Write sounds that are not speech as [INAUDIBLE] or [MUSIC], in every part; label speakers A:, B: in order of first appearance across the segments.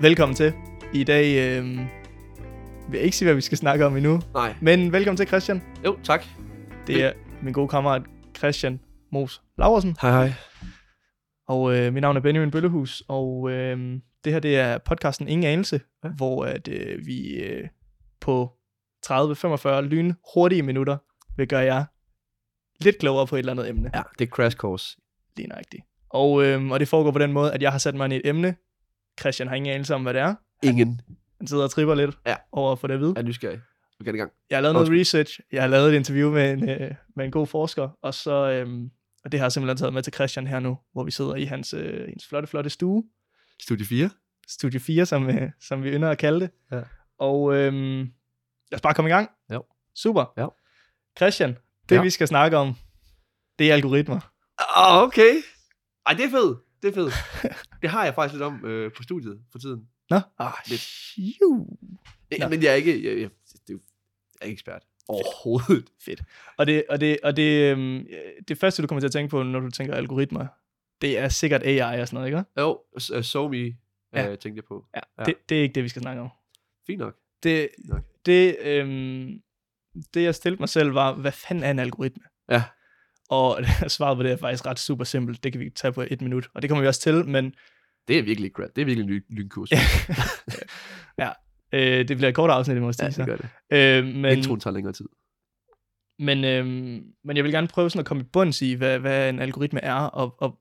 A: Velkommen til. I dag øh, vil jeg ikke sige, hvad vi skal snakke om endnu,
B: Nej.
A: men velkommen til Christian.
B: Jo, tak.
A: Det er min gode kammerat Christian Mos Laversen,
B: Hej, hej.
A: og øh, mit navn er Benjamin Bøllehus, og øh, det her det er podcasten Ingen Anelse, ja.
B: Ja.
A: hvor at, øh, vi øh, på 30-45 lyn hurtige minutter vil gøre jer lidt klogere på et eller andet emne.
B: Ja, det er crash course.
A: Lige nøjagtigt. Og, øhm, og det foregår på den måde, at jeg har sat mig ind i et emne. Christian har ingen anelse om, hvad det er.
B: Ingen
A: Han sidder og tripper lidt
B: Ja.
A: over at få det at vide.
B: er nysgerrig. Du kan i gang.
A: Jeg har lavet noget research. Jeg har lavet et interview med en, øh, med en god forsker. Og så øhm, og det har jeg simpelthen taget med til Christian her nu, hvor vi sidder i hans, øh, hans flotte, flotte stue.
B: Studie 4.
A: Studie 4, som, øh, som vi ynder at kalde det.
B: Ja.
A: Og øhm, lad os bare komme i gang.
B: Jo.
A: Super.
B: Jo.
A: Christian, det
B: Ja.
A: vi skal snakke om, det er algoritmer.
B: Ah, okay. Ej, det er fedt. Det er [LAUGHS] fedt. det har jeg faktisk lidt om øh, på studiet for tiden.
A: Nå? Ah,
B: Lidt.
A: jo.
B: Jeg,
A: Nå.
B: Men jeg er ikke, jeg, jeg, det er jo- jeg er ikke ekspert. Overhovedet.
A: Og det, og det, og det, øhm, det første, du kommer til at tænke på, når du tænker algoritmer, det er sikkert AI og sådan noget, ikke?
B: Jo, s- øh, SoMe
A: Ja.
B: øh, tænkte jeg på.
A: Ja.
B: Ja.
A: Det, det er ikke det, vi skal snakke om.
B: Fint nok.
A: Det,
B: nok.
A: det, øhm, det jeg stillede mig selv, var, hvad fanden er en algoritme?
B: Ja.
A: Og [LAUGHS] svaret på det er faktisk ret super simpelt. Det kan vi tage på et minut, og det kommer vi også til, men
B: Det er virkelig crap. Det er virkelig en ly- lynkurs.
A: [LAUGHS] Ja, øh, det bliver et kort afsnit, i må
B: ja,
A: sige.
B: det
A: Ja,
B: gør det.
A: øh,
B: Men...
A: men,
B: Introen tager længere tid.
A: men, øh, men jeg vil gerne prøve sådan at komme i bunds i, hvad, hvad en algoritme er, og, og,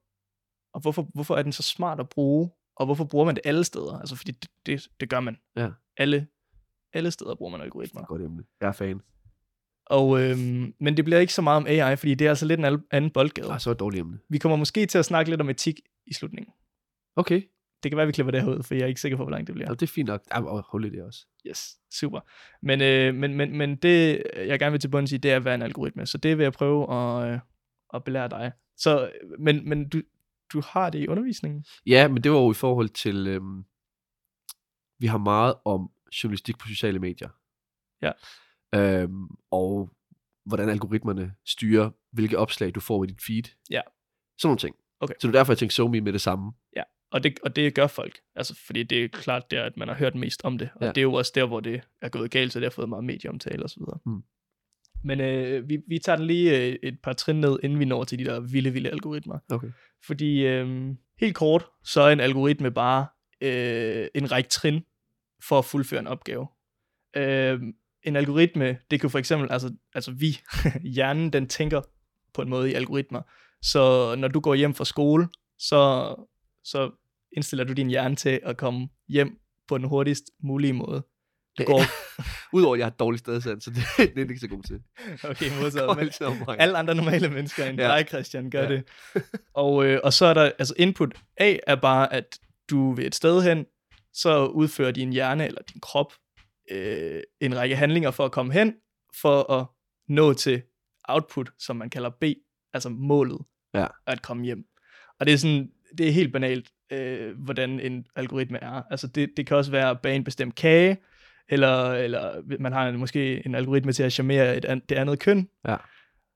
A: og hvorfor, hvorfor er den så smart at bruge, og hvorfor bruger man det alle steder? Altså, fordi det, det, det gør man.
B: Ja.
A: Alle, alle steder bruger man
B: Det er
A: algoritmer.
B: et Godt emne. Jeg er fan.
A: Og, øhm, men det bliver ikke så meget om AI, fordi det er altså lidt en al- anden boldgade.
B: Ah, så er det et dårligt emne.
A: Vi kommer måske til at snakke lidt om etik i slutningen.
B: Okay.
A: Det kan være, vi klipper det her ud, for jeg er ikke sikker på, hvor langt det bliver.
B: Ja. det er fint nok. Ja, og hold i det også.
A: Yes, super. Men, øh, men, men, men det, jeg gerne vil til bunds i, det er, hvad er en algoritme. Så det vil jeg prøve at, øh, at belære dig. Så, øh, men, men du, du har det i undervisningen?
B: Ja, men det var jo i forhold til, øhm, vi har meget om journalistik på sociale medier.
A: Ja.
B: Øhm, og hvordan algoritmerne styrer, hvilke opslag du får i dit feed.
A: Ja.
B: Sådan nogle ting.
A: Okay.
B: Så det er derfor, jeg tænkte SoMe med det samme.
A: Og det, og det gør folk. Altså, fordi det er klart der, at man har hørt mest om det. Og ja.
B: Ja.
A: det er jo også der, hvor det er gået galt, så det har fået meget medieomtale osv.
B: Mm.
A: Men øh, vi, vi tager den lige øh, et par trin ned, inden vi når til de der vilde, vilde algoritmer.
B: Okay.
A: Fordi øh, helt kort, så er en algoritme bare øh, en række trin for at fuldføre en opgave. Øh, en algoritme, det kan for eksempel, altså, altså vi, [LAUGHS] hjernen, den tænker på en måde i algoritmer. Så når du går hjem fra skole, så, så indstiller du din hjerne til at komme hjem på den hurtigst mulige måde. Du
B: [LAUGHS]
A: går,
B: Udover at jeg har dårlig stedsand, så det, [LAUGHS] det er jeg ikke så god til.
A: okay,
B: Går
A: modtaget, men,
B: altid om mig.
A: alle andre normale mennesker end ja.
B: Ja.
A: dig, Christian, gør ja.
B: Ja.
A: det. Og, øh, og så er der, altså input A er bare, at du ved et sted hen, så udfører din hjerne eller din krop øh, en række handlinger for at komme hen, for at nå til output, som man kalder B, altså målet
B: Ja.
A: at komme hjem. Og det er sådan, det er helt banalt, øh, hvordan en algoritme er. Altså det, det kan også være at bage en bestemt kage, eller, eller man har en, måske en algoritme til at charmere et, an, det andet køn,
B: Ja.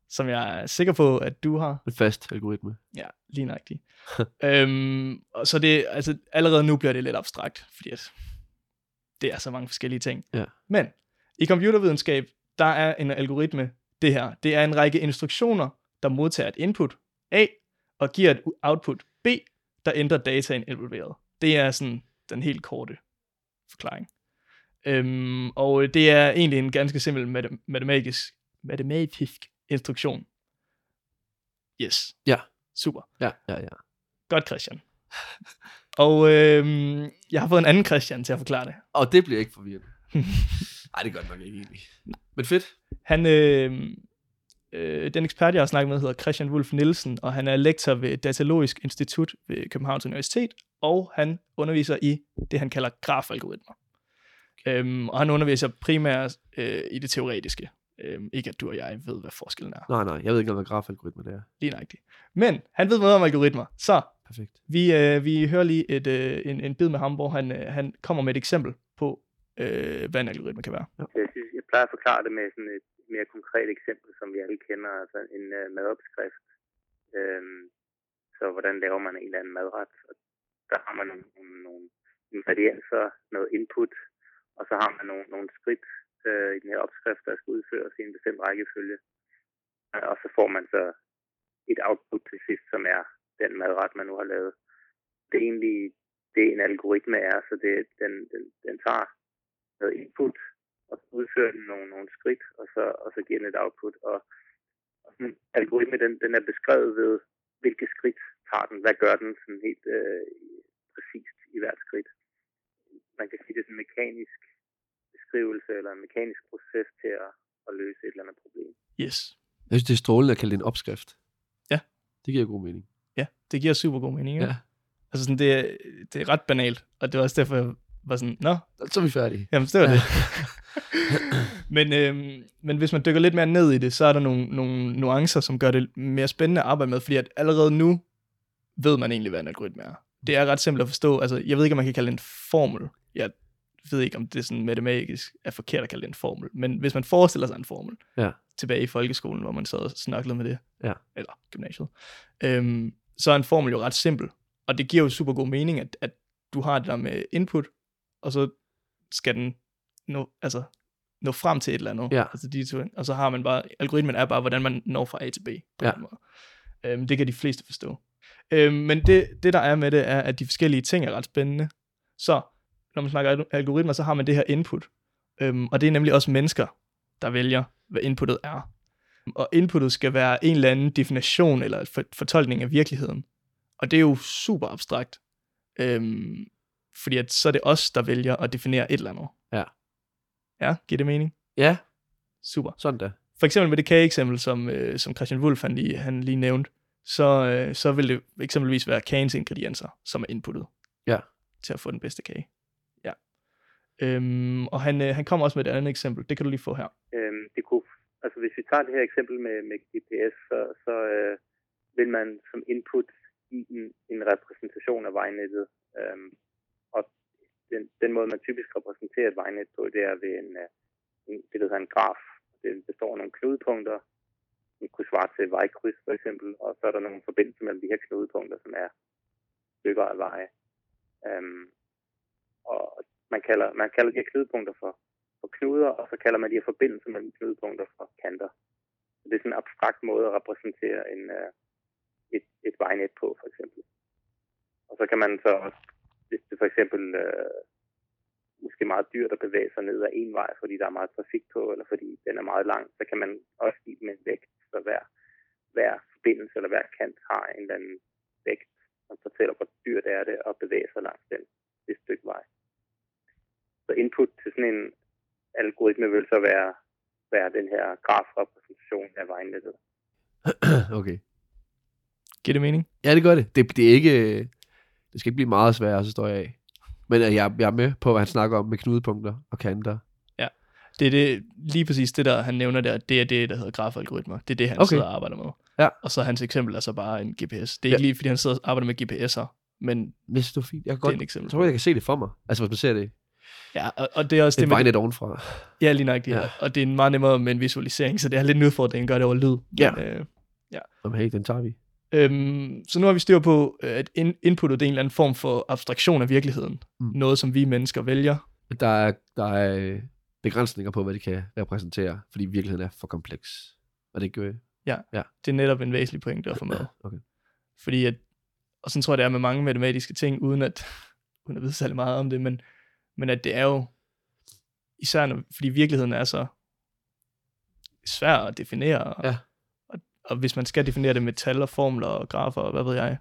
A: som jeg er sikker på, at du har.
B: En fast algoritme.
A: Ja, lige nøjagtigt. øhm, og så det, altså allerede nu bliver det lidt abstrakt, fordi at det er så mange forskellige ting.
B: Ja.
A: Men i computervidenskab, der er en algoritme, det her, det er en række instruktioner, der modtager et input A, og giver et u- output B, der ændrer dataen involveret. Det er sådan den helt korte forklaring. Øhm, og øh, det er egentlig en ganske simpel matem- matematisk, matematisk instruktion. Yes.
B: Ja.
A: Super.
B: Ja, ja, ja.
A: Godt, Christian. Og øhm, jeg har fået en anden Christian til at forklare det. [LAUGHS]
B: Og det bliver ikke forvirrende. Nej, det gør det nok ikke egentlig. Men fedt.
A: Han, øh, øh, den ekspert, jeg har snakket med, hedder Christian Wolf Nielsen, og han er lektor ved Datalogisk Institut ved Københavns Universitet, og han underviser i det, han kalder grafalgoritmer. Øhm, og han underviser primært øh, i det teoretiske. Øhm, ikke at du og jeg ved, hvad forskellen er.
B: Nej, nej, jeg ved ikke noget, hvad grafalgoritme det er.
A: Lige nøjagtigt. Men han ved noget om algoritmer. Så
B: Perfekt.
A: Vi, øh, vi hører lige et, øh, en, en bid med ham, hvor han, øh, han kommer med et eksempel på, øh, hvad en algoritme kan være.
C: Jeg, synes, jeg plejer at forklare det med sådan et mere konkret eksempel, som vi alle kender, altså en øh, madopskrift. Øhm, så hvordan laver man en eller anden madret? Og der har man nogle, nogle, nogle ingredienser, noget input, og så har man nogle, nogle skridt øh, i den her opskrift, der skal udføres i en bestemt rækkefølge. Øh, Og så får man så et output til sidst, som er den madret, man nu har lavet. Det er egentlig det, en algoritme er, så det, den, den, den tager noget input, og så udfører den nogle, nogle skridt, og så, og så giver den et output. Og, og sådan, en algoritme, den, den er beskrevet ved, hvilke skridt tager den, hvad gør den sådan helt øh, præcist i hvert skridt. Man kan sige, det er sådan en mekanisk beskrivelse eller en mekanisk proces til at, at løse et eller andet problem.
A: Yes.
B: Jeg synes, det er strålende at kalde det en opskrift.
A: Ja.
B: Det giver god mening.
A: Ja, det giver super god mening. Ja.
B: Ja.
A: Altså sådan, det, er, det er ret banalt, og det var også derfor, jeg var sådan, nå,
B: Så er vi færdige.
A: Jamen, det var
B: Ja.
A: det. [CLEARS THROAT] men, øhm, men hvis man dykker lidt mere ned i det, så er der nogle, nogle nuancer, som gør det mere spændende at arbejde med, fordi at allerede nu ved man egentlig, hvad en algoritme er. Det er ret simpelt at forstå. Altså, jeg ved ikke, om man kan kalde det en formel. Jeg ved ikke, om det sådan matematisk er forkert at kalde det en formel. Men hvis man forestiller sig en formel,
B: Ja.
A: tilbage i folkeskolen, hvor man sad og snaklede med det,
B: Ja.
A: eller gymnasiet, øhm, så er en formel jo ret simpel. Og det giver jo super god mening, at, at du har det der med input, og så skal den nå, altså, nå frem til et eller andet.
B: Ja.
A: Altså de to, og så har man bare, algoritmen er bare, hvordan man når fra A til B. På
B: Ja.
A: den måde. Øhm, det kan de fleste forstå. Øhm, men det, det, der er med det, er, at de forskellige ting er ret spændende. Så når man snakker al- algoritmer, så har man det her input. Øhm, og det er nemlig også mennesker, der vælger, hvad inputtet er. Og inputtet skal være en eller anden definition eller for- fortolkning af virkeligheden. Og det er jo super abstrakt. Øhm, fordi at, så er det os, der vælger at definere et eller andet.
B: Ja.
A: Ja, giver det mening?
B: Ja,
A: Super.
B: sådan da.
A: For eksempel med det kageeksempel, som, øh, som Christian Wulff han lige, han lige nævnte, så, øh, så vil det eksempelvis være kagens ingredienser, som er inputtet
B: Ja.
A: til at få den bedste kage. Ja. Øhm, og han, øh, han kommer også med et andet eksempel. Det kan du lige få her.
C: Øhm, det kunne, altså hvis vi tager det her eksempel med, med GPS, så, så øh, vil man som input give en, en repræsentation af vejnettet. Øhm, og den, den måde, man typisk repræsenterer et vejnet på, det er ved en, øh, en det hedder en graf. Den består af nogle knudepunkter, som kunne svare til et vejkryds for eksempel, og så er der nogle forbindelser mellem de her knudepunkter, som er stykker af veje. Øhm, og man kalder, man kalder de her knudepunkter for for knuder, og så kalder man de her forbindelser mellem knudepunkter for kanter. Så det er sådan en abstrakt måde at repræsentere en, øh, et, et vejnet på, for eksempel. Og så kan man så, også, hvis det for eksempel øh, måske er meget dyrt at bevæge sig ned ad en vej, fordi der er meget trafik på, eller fordi den er meget lang, så kan man også give dem en vægt, så hver, hver forbindelse eller hver kant har en eller anden vægt, som fortæller, hvor dyrt er det at bevæge sig langs den, det stykke vej. Så input til sådan en algoritme vil så være, være den her grafrepræsentation af vejnettet.
B: [CLEARS THROAT] okay.
A: Giver det mening?
B: Ja, det gør det. det. Det er ikke... øh, Det skal ikke blive meget sværere, så står jeg af. Men øh, jeg, jeg er med på, hvad han snakker om med knudepunkter og kanter.
A: Det er det, lige præcis det, der han nævner der, det er det, der hedder grafalgoritmer. Det er det, han
B: Okay.
A: okay. sidder og arbejder med.
B: Ja.
A: Og så er hans eksempel er så bare en GPS. Det er ikke lige, fordi han sidder og arbejder med GPS'er, men det
B: Men Jeg synes, det var fint. Jeg, kan
A: er
B: godt,
A: et eksempel.
B: jeg tror, jeg kan se det for mig. Altså, hvis man ser det,
A: Ja, og, og det er også
B: det
A: det,
B: et
A: med,
B: vejnet ovenfra.
A: Ja, lige nok det.
B: Ja.
A: Ja. Og det er meget nemmere med en visualisering, så det er lidt en udfordring at gøre det over lyd. Men,
B: Ja.
A: Øh,
B: Om hey, den tager vi.
A: øhm, så nu har vi styr på, øh, at in- inputtet det er en eller anden form for abstraktion af virkeligheden.
B: Mm.
A: Mm. Noget, som vi mennesker vælger.
B: Der er, der er øh, begrænsninger på, hvad det kan repræsentere, fordi virkeligheden er for kompleks. Og det gør
A: Det er netop en væsentlig pointe at få med.
B: Okay.
A: Fordi at, og sådan tror jeg, det er med mange matematiske ting, uden at, [LAUGHS] uden at vide særlig meget om det, men, men at det er jo, især når, fordi virkeligheden er så svær at definere, og,
B: Ja.
A: og, og hvis man skal definere det med tal og formler og grafer og hvad ved jeg,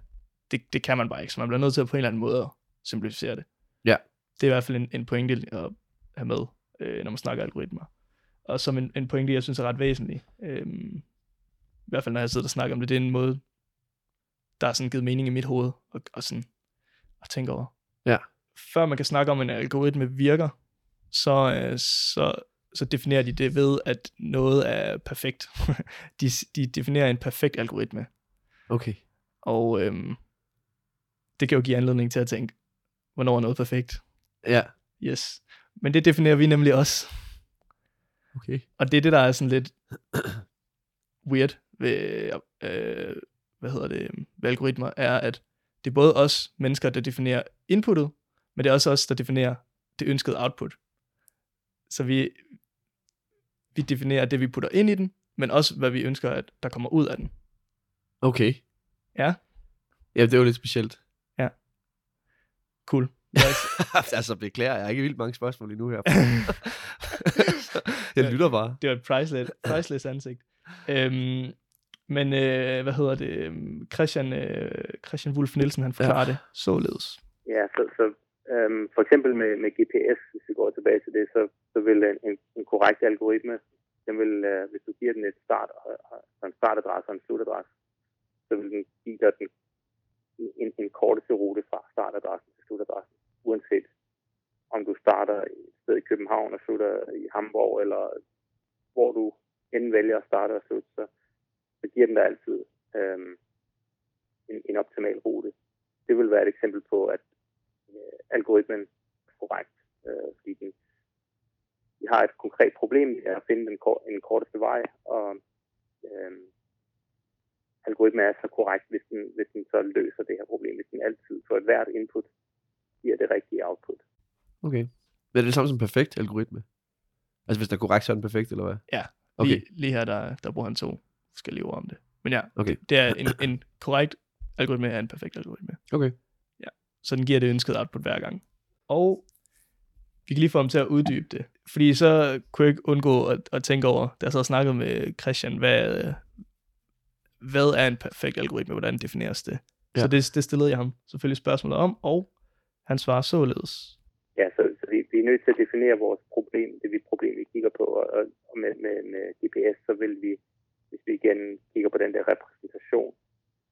A: det, det kan man bare ikke, så man bliver nødt til at på en eller anden måde at simplificere det.
B: Ja.
A: Det er i hvert fald en, en pointe at have med, øh, når man snakker algoritmer. Og som en, en pointe, jeg synes er ret væsentlig, øh, i hvert fald når jeg sidder og snakker om det, det er en måde, der er sådan givet mening i mit hoved, og, og sådan at tænke over.
B: Ja.
A: Før man kan snakke om, at en algoritme virker, så, øh, så, så definerer de det ved, at noget er perfekt. [LAUGHS] de, de definerer en perfekt algoritme,
B: Okay.
A: og øhm, det kan jo give anledning til at tænke, hvornår er noget perfekt?
B: Ja.
A: Yes. Men det definerer vi nemlig også.
B: Okay.
A: Og det er det, der er sådan lidt weird ved, øh, hvad hedder det, ved algoritmer, er, at det er både os mennesker, der definerer inputtet, Men det er også os, der definerer det ønskede output. Så vi, vi definerer det, vi putter ind i den, men også hvad vi ønsker, at der kommer ud af den.
B: Okay.
A: Ja.
B: Ja, det var lidt specielt.
A: Cool. [LAUGHS]
B: [LAUGHS] altså, beklager, jeg har ikke vildt mange spørgsmål endnu her. [LAUGHS] jeg lytter bare.
A: Det var et priceless, priceless ansigt. Øhm, men øh, hvad hedder det? Øhm, Christian, øh, Christian Wolf Nielsen, han forklarer ja. det således.
C: Ja, så, så øhm, for eksempel med, med GPS, hvis vi går tilbage til det, så, så vil en, en, en korrekt algoritme, den vil, øh, hvis du giver den et start, øh, så en startadresse og en slutadresse, så vil den give dig den, en, en korteste rute fra startadressen til slutadressen, uanset om du starter et sted i København og slutter i Hamburg, eller hvor du end vælger at starte og slutte, så, så giver den dig altid øhm, en, en optimal rute. Det vil være et eksempel på, at øh, algoritmen er korrekt, øh, fordi den, vi har et konkret problem med at finde den, kor- den korteste vej, og øh, algoritmen er så korrekt, hvis den, hvis den så løser det her problem, hvis den altid for et hvert input giver det rigtige output.
B: Okay. Men er det det samme som en perfekt algoritme? Altså, hvis der er korrekt, så er den perfekt, eller hvad?
A: Ja,
B: Okay.
A: Lige, lige her, der, der bruger han to forskellige ord om det. Men ja,
B: Okay.
A: det er en, en korrekt algoritme er en perfekt algoritme.
B: Okay.
A: så den giver det ønskede output hver gang. Og vi kan lige få ham til at uddybe det, fordi så kunne jeg ikke undgå at, at tænke over, da jeg så snakkede med Christian, hvad, øh, hvad er en perfekt algoritme, hvordan defineres det? Ja.
B: Ja.
A: Så det, det stillede jeg ham selvfølgelig spørgsmålet om, og han svarer således.
C: Ja, så, så vi, vi er nødt til at definere vores problem, det vi problem, vi kigger på, og, og- og med, med, med GPS, så vil vi, hvis vi igen kigger på den der repræsentation,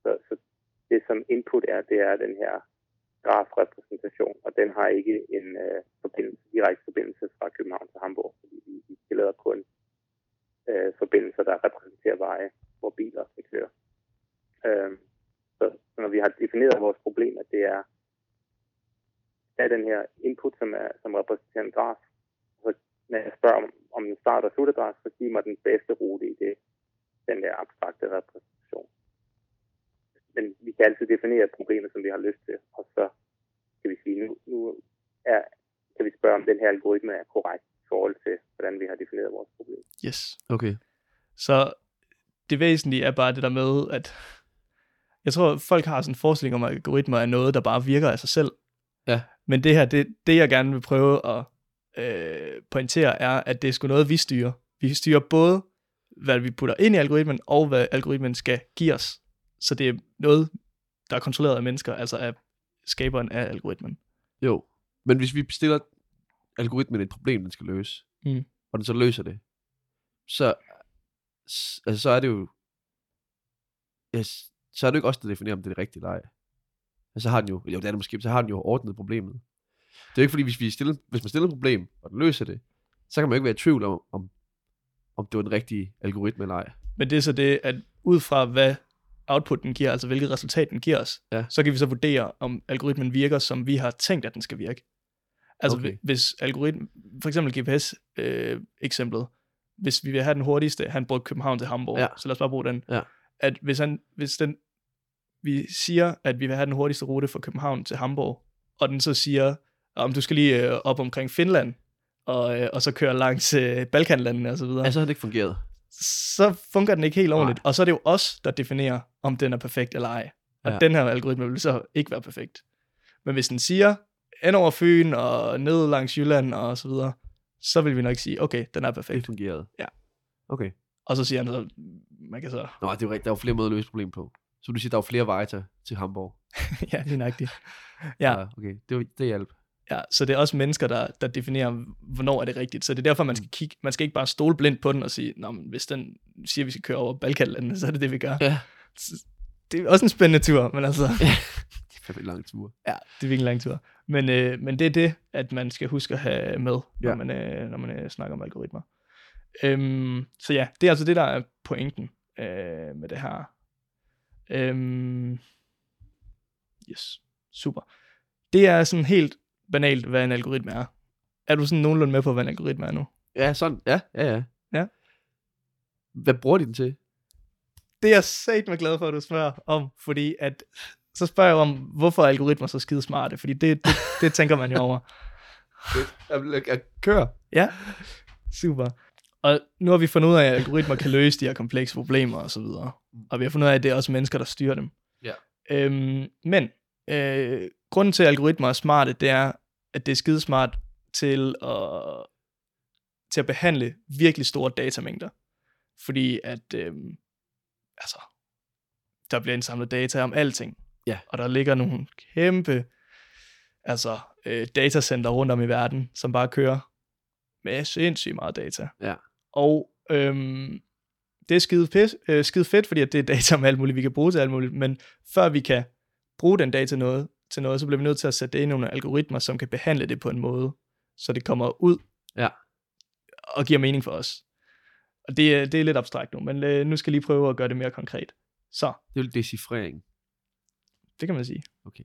C: så, så det som input er, det er den her grafrepræsentation, og den har ikke en øh, forbindelse, direkte forbindelse fra København til Hamburg, fordi vi, vi tillader kun øh, forbindelser, der repræsenterer veje, hvor biler skal køre. Øh, så, så når vi har defineret vores problem, at det er af den her input, som, er, som repræsenterer en graf. Så når jeg spørger om, om den start- og slutadresse, så giver mig den bedste rute i det, den der abstrakte repræsentation. Men vi kan altid definere problemet, som vi har lyst til, og så kan vi sige, nu, nu er, kan vi spørge, om den her algoritme er korrekt i forhold til, hvordan vi har defineret vores problem.
A: Yes.
B: Okay.
A: Så det væsentlige er bare det der med, at jeg tror, at folk har sådan en forestilling om, at algoritmer er noget, der bare virker af sig selv.
B: Ja.
A: Men det her, det, det jeg gerne vil prøve at øh, pointere, er, at det er sgu noget, vi styrer. Vi styrer både, hvad vi putter ind i algoritmen, og hvad algoritmen skal give os. Så det er noget, der er kontrolleret af mennesker, altså af skaberen af algoritmen.
B: Jo. Men hvis vi bestiller algoritmen et problem, den skal løse,
A: Mm.
B: og den så løser det, så, s- altså, så er det jo... Yes, så er det jo ikke os, der definerer, om det er det rigtige eller ej. Altså, så har den jo, jo det er det måske, så har den jo ordnet problemet. Det er jo ikke fordi, hvis, vi stiller, hvis man stiller et problem, og den løser det, så kan man jo ikke være i tvivl om, om, om det var den rigtige algoritme eller ej.
A: Men det er så det, at ud fra hvad output den giver, altså hvilket resultat den giver os,
B: Ja.
A: så kan vi så vurdere, om algoritmen virker, som vi har tænkt, at den skal virke. Altså
B: Okay.
A: okay. hvis algoritmen, for eksempel GPS-eksemplet, øh, eksemplet. hvis vi vil have den hurtigste, han brugte København til Hamburg,
B: Ja.
A: så lad os bare bruge den.
B: Ja.
A: At hvis, han, hvis den, vi siger, at vi vil have den hurtigste rute fra København til Hamburg, og den så siger, om du skal lige øh, op omkring Finland, og, øh, og så køre langs øh, Balkanlandene osv.
B: Ja. Altså, så har det ikke fungeret.
A: så fungerer den ikke helt
B: Nej.
A: ordentligt. Og så er det jo os, der definerer, om den er perfekt eller ej. Og
B: Ja.
A: ja. den her algoritme vil så ikke være perfekt. Men hvis den siger, ind over Fyn og ned langs Jylland og så videre, så vil vi nok sige, okay, den er
B: Det
A: perfekt.
B: fungerede.
A: Ja.
B: Okay.
A: Og så siger han så, man kan så,
B: Nå, det er jo rigtigt. Der er jo flere måder at løse problemet på. Så du siger, der er jo flere veje til, til Hamburg.
A: ja, lige nøjagtigt. Ja.
B: okay, det, var, det hjalp.
A: Ja, så det er også mennesker, der, der definerer, hvornår er det rigtigt. Så det er derfor, man skal kigge, man skal ikke bare stole blindt på den og sige, Nå, men hvis den siger, at vi skal køre over Balkanlandene, [LAUGHS] så er det det, vi gør.
B: Ja.
A: Så Det er også en spændende tur, men altså...
B: Det er fandme en lang tur.
A: Ja, det er virkelig en lang tur. Men, øh, men det er det, at man skal huske at have med, når
B: Ja.
A: man, øh, når man øh, snakker om algoritmer. Øhm, så ja, det er altså det, der er pointen øh, med det her. Øhm, yes, super. Det er sådan helt banalt, hvad en algoritme er. Er du sådan nogenlunde med på, hvad en algoritme er nu?
B: Ja, sådan. Ja, ja, ja.
A: Ja.
B: Hvad bruger de den til?
A: Det er jeg sat med glad for, at du spørger om, fordi at så spørger jeg om, hvorfor er algoritmer så skide smarte? Fordi det, det, det tænker man jo over.
B: Jeg, jeg kører.
A: Ja, super. Og nu har vi fundet ud af, at algoritmer kan løse de her komplekse problemer og så videre. Og vi har fundet ud af, at det er også mennesker, der styrer dem.
B: Ja.
A: Øhm, men øh, grunden til, at algoritmer er smarte, det er, at det er skidesmart til at, til at behandle virkelig store datamængder. Fordi at, øh, altså, der bliver indsamlet data om alting.
B: Ja.
A: Og der ligger nogle kæmpe altså, øh, datacenter rundt om i verden, som bare kører med sindssygt meget data.
B: Ja.
A: Og øhm, det er skide, pis, øh, skide fedt, fordi at det er data om alt muligt, vi kan bruge til alt muligt, men før vi kan bruge den data noget, til noget, så bliver vi nødt til at sætte det ind i nogle algoritmer, som kan behandle det på en måde, så det kommer ud
B: Ja.
A: og giver mening for os. Og det, er- det er lidt abstrakt nu, men øh, nu skal jeg lige prøve at gøre det mere konkret. Så,
B: Det er jo decifrering.
A: det kan man sige.
B: Okay.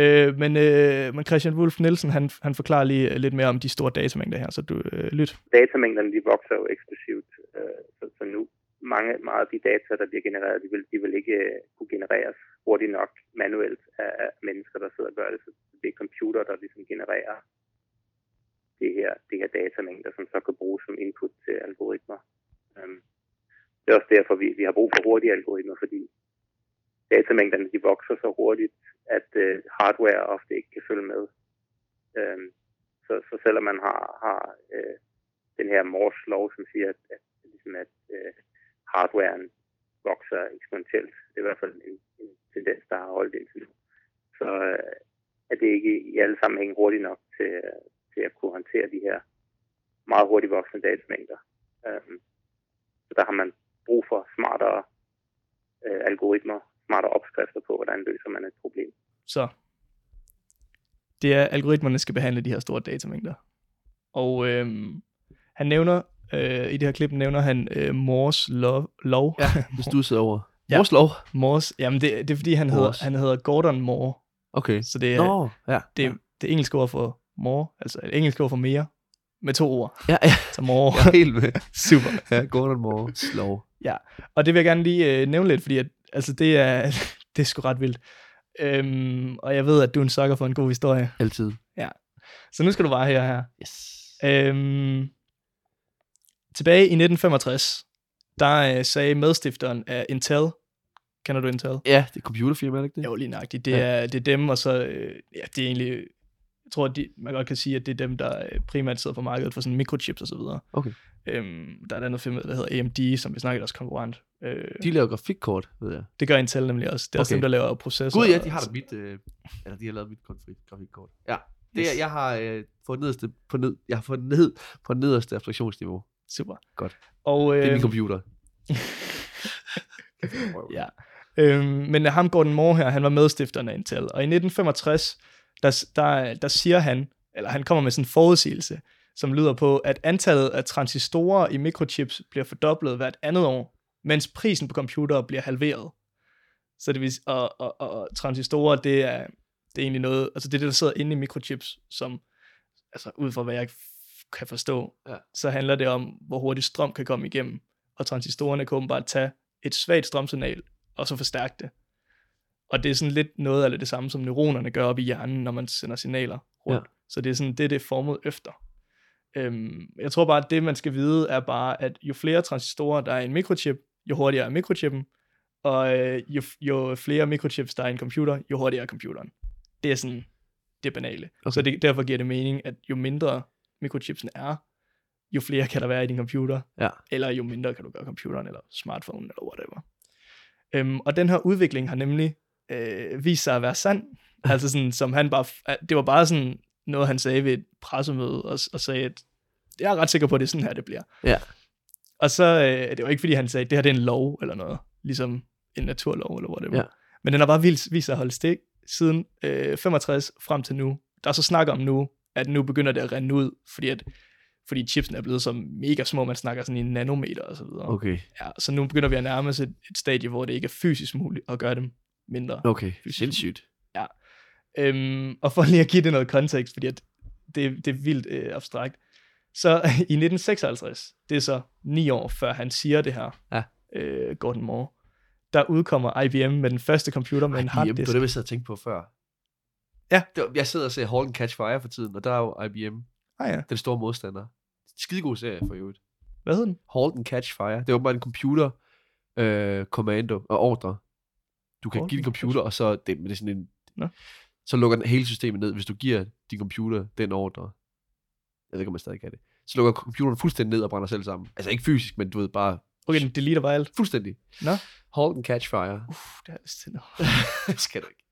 A: Øh, men, øh, men Christian Wolf Nielsen, han, han forklarer lige øh, lidt mere om de store datamængder her, så du øh, lyt.
C: datamængderne de vokser jo eksplosivt, øh, så, så nu mange, meget af de data, der bliver genereret, de vil, de vil ikke øh, kunne genereres hurtigt nok manuelt af, af mennesker, der sidder og gør det. Så det er computer, der ligesom genererer det her, det her datamængder, som så kan bruges som input til algoritmer. Øhm, det er også derfor, vi, vi har brug for hurtige algoritmer, fordi datamængderne de vokser så hurtigt, at øh, hardware ofte ikke kan følge med. Øhm, så, så selvom man har, har øh, den her Mors lov, som siger, at, at, ligesom at øh, hardwaren vokser eksponentielt. Det er i hvert fald en, en tendens, der har holdt indtil nu. Så øh, er det ikke i alle sammenhæng hurtigt nok til, øh, til at kunne håndtere de her meget hurtigt voksende datamængder. Øhm, så der har man brug for smartere øh, algoritmer, smartere opskrifter på, hvordan løser man et problem.
A: Så det er, algoritmerne skal behandle de her store datamængder. Og øhm, han nævner, øh, i det her klip nævner han øh, Mors lov. lov. [LAUGHS]
B: Ja, hvis du sidder over.
A: Ja.
B: Ja. Mors lov.
A: Mors, jamen det, det er fordi, han
B: Mors.
A: hedder, han hedder Gordon Moore.
B: Okay.
A: Så det er
B: Nå,
A: no.
B: ja.
A: det, det engelske ord for Moore, altså et engelsk ord for mere, med to ord.
B: Ja, ja.
A: Så Moore.
B: Jeg er helt med.
A: [LAUGHS] Super.
B: Ja, Gordon Mors lov.
A: Og det vil jeg gerne lige øh, nævne lidt, fordi at, altså, det, er, [LAUGHS] det er sgu ret vildt. Øhm, og jeg ved, at du er en sukker for en god historie.
B: Altid.
A: Så nu skal du bare her her.
B: Yes.
A: Øhm, tilbage i 1965, der øh, sagde medstifteren af Intel, kender du Intel?
B: Ja, det er computerfirma, er det ikke det?
A: Jo, lige nøjagtigt. Det,
B: Ja.
A: er, det er dem, og så, øh, ja, det er egentlig, jeg tror, de, man godt kan sige, at det er dem, der øh, primært sidder på markedet for sådan microchips og så videre.
B: Okay.
A: Øhm, der er et andet firma, der hedder AMD, som vi snakker deres konkurrent. Øh,
B: De laver grafikkort, ved jeg.
A: det gør Intel nemlig også. Det er okay. også
B: Okay.
A: dem, der laver processorer.
B: Gud ja, de har da mit, øh, eller de har lavet mit konflikt- grafikkort. Ja, det er,
A: Yes.
B: jeg har øh, fået nederste, på ned, jeg har fået ned på nederste abstraktionsniveau.
A: Super.
B: Godt.
A: Og, øh,
B: Det er min computer.
A: [LAUGHS] Ja. Øhm, men ham Gordon Moore her, han var medstifteren af Intel, og i 1965, der, der, der siger han, eller han kommer med sådan en forudsigelse, som lyder på, at antallet af transistorer i mikrochips bliver fordoblet hvert andet år, mens prisen på computere bliver halveret. Så det vil, s- og, og, og, og transistorer, det er, det er egentlig noget, altså det er det, der sidder inde i mikrochips, som, altså ud fra hvad jeg f- kan forstå,
B: Ja.
A: så handler det om, hvor hurtigt strøm kan komme igennem, og transistorerne kan åbenbart tage et svagt strømsignal, og så forstærke det. Og det er sådan lidt noget af det samme, som neuronerne gør op i hjernen, når man sender signaler rundt. Ja. Så det er sådan det, det er formet efter. Øhm, jeg tror bare, at det, man skal vide, er bare, at jo flere transistorer, der er i en mikrochip, jo hurtigere er mikrochippen, og øh, jo, jo flere mikrochips, der er i en computer, jo hurtigere er computeren. Det er sådan det banale. Okay.
B: Okay.
A: Så det, derfor giver det mening, at jo mindre mikrochipsen er, jo flere kan der være i din computer,
B: Ja.
A: eller jo mindre kan du gøre computeren, eller smartphone, eller whatever. Øhm, og den her udvikling har nemlig øh, vist sig at være sand. Altså sådan, som han bare, f- at det var bare sådan noget, han sagde ved et pressemøde, og, s- og sagde, at jeg er ret sikker på, at det er sådan her, det bliver.
B: Ja.
A: Og så, øh, det var ikke fordi, han sagde, at det her det er en lov, eller noget, ligesom en naturlov, eller whatever.
B: Ja.
A: Men den har bare vist, vist sig at holde stik siden øh, 65 frem til nu. Der er så snak om nu, at nu begynder det at rende ud, fordi at fordi chipsen er blevet så mega små, man snakker sådan i nanometer og så videre.
B: Okay,
A: Ja, så nu begynder vi at nærme os et, et stadie, hvor det ikke er fysisk muligt at gøre dem mindre.
B: okay.
A: Fysisk.
B: Sindssygt.
A: Øhm, og for lige at give det noget kontekst, fordi at det, det er vildt øh, abstrakt. Så [LAUGHS] i 1956, det er så ni år før han siger det her,
B: Ja.
A: øh, Gordon Moore, der udkommer IBM med den første computer med en
B: IBM, det
A: harddisk.
B: var det, jeg sad og tænkte på før.
A: Ja.
B: Det var, jeg sidder og ser Hall and Catch Fire for tiden, og der er jo IBM,
A: Ah, ja.
B: den store modstander. Skidegod serie for øvrigt.
A: Hvad hed den?
B: Halt and Catch Fire. Det er åbenbart en computer øh, kommando og ordre. Du kan
A: Halt
B: give din
A: and catch.
B: computer, og så, det, men det er sådan en,
A: Nå.
B: så lukker den hele systemet ned, hvis du giver din computer den ordre. Jeg ved ikke, om man stadig kan det. Så lukker computeren fuldstændig ned og brænder selv sammen. Altså ikke fysisk, men du ved bare
A: Okay, den deleter bare alt.
B: fuldstændig.
A: Nå.
B: Halt and Catch Fire.
A: Uff, det er vist til. [LAUGHS]
B: Skal du ikke.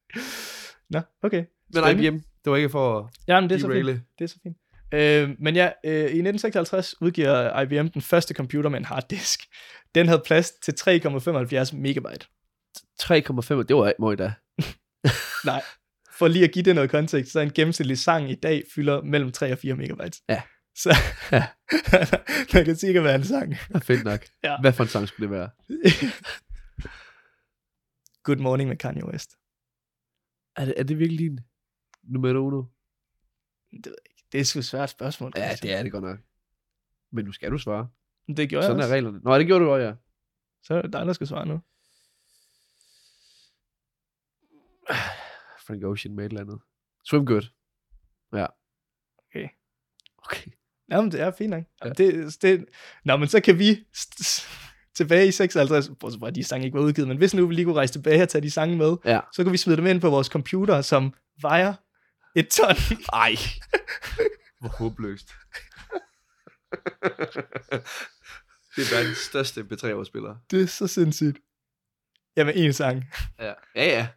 A: Nå, okay.
B: Men
A: Spændende.
B: IBM, det var ikke for at
A: Jamen, det er så fint.
B: deraile.
A: Det er så fint. Øh, men ja, øh, i 1956 udgiver IBM den første computer med en harddisk. Den havde plads til 3,75 megabyte.
B: 3,5, det var meget da.
A: Nej, for lige at give det noget kontekst, så en gennemsnitlig sang i dag fylder mellem 3 og 4 megabytes.
B: Ja.
A: Så [LAUGHS]
B: Ja.
A: der kan sikkert være en sang.
B: Fedt nok.
A: [LAUGHS] Ja.
B: Hvad for en sang skulle det være?
A: Good Morning med Kanye West.
B: Er det, er det virkelig din nummer uno?
A: Det ved jeg ikke. Det er sgu et svært spørgsmål.
B: Ja, det er det godt nok. Men nu skal du svare.
A: det. Det gjorde
B: Sådan
A: jeg
B: er
A: også.
B: reglerne. Nå, det gjorde du også, ja.
A: Så er det dig, der skal svare nu.
B: Frank Ocean med et eller andet. Swim good. Ja.
A: Okay.
B: Okay.
A: Nå, men det er fint nok.
B: Ja.
A: Ja. Det, det, nå, men så kan vi st- s- tilbage i 56, bortset fra, at de sange ikke var udgivet, men hvis nu vi lige kunne rejse tilbage og tage de sange med,
B: Ja.
A: så kunne vi smide dem ind på vores computer, som vejer et ton.
B: Ej. Hvor håbløst. [LAUGHS] det er verdens største MP3-overspiller.
A: det er så sindssygt. Jamen, en sang.
B: Ja. Ja, ja.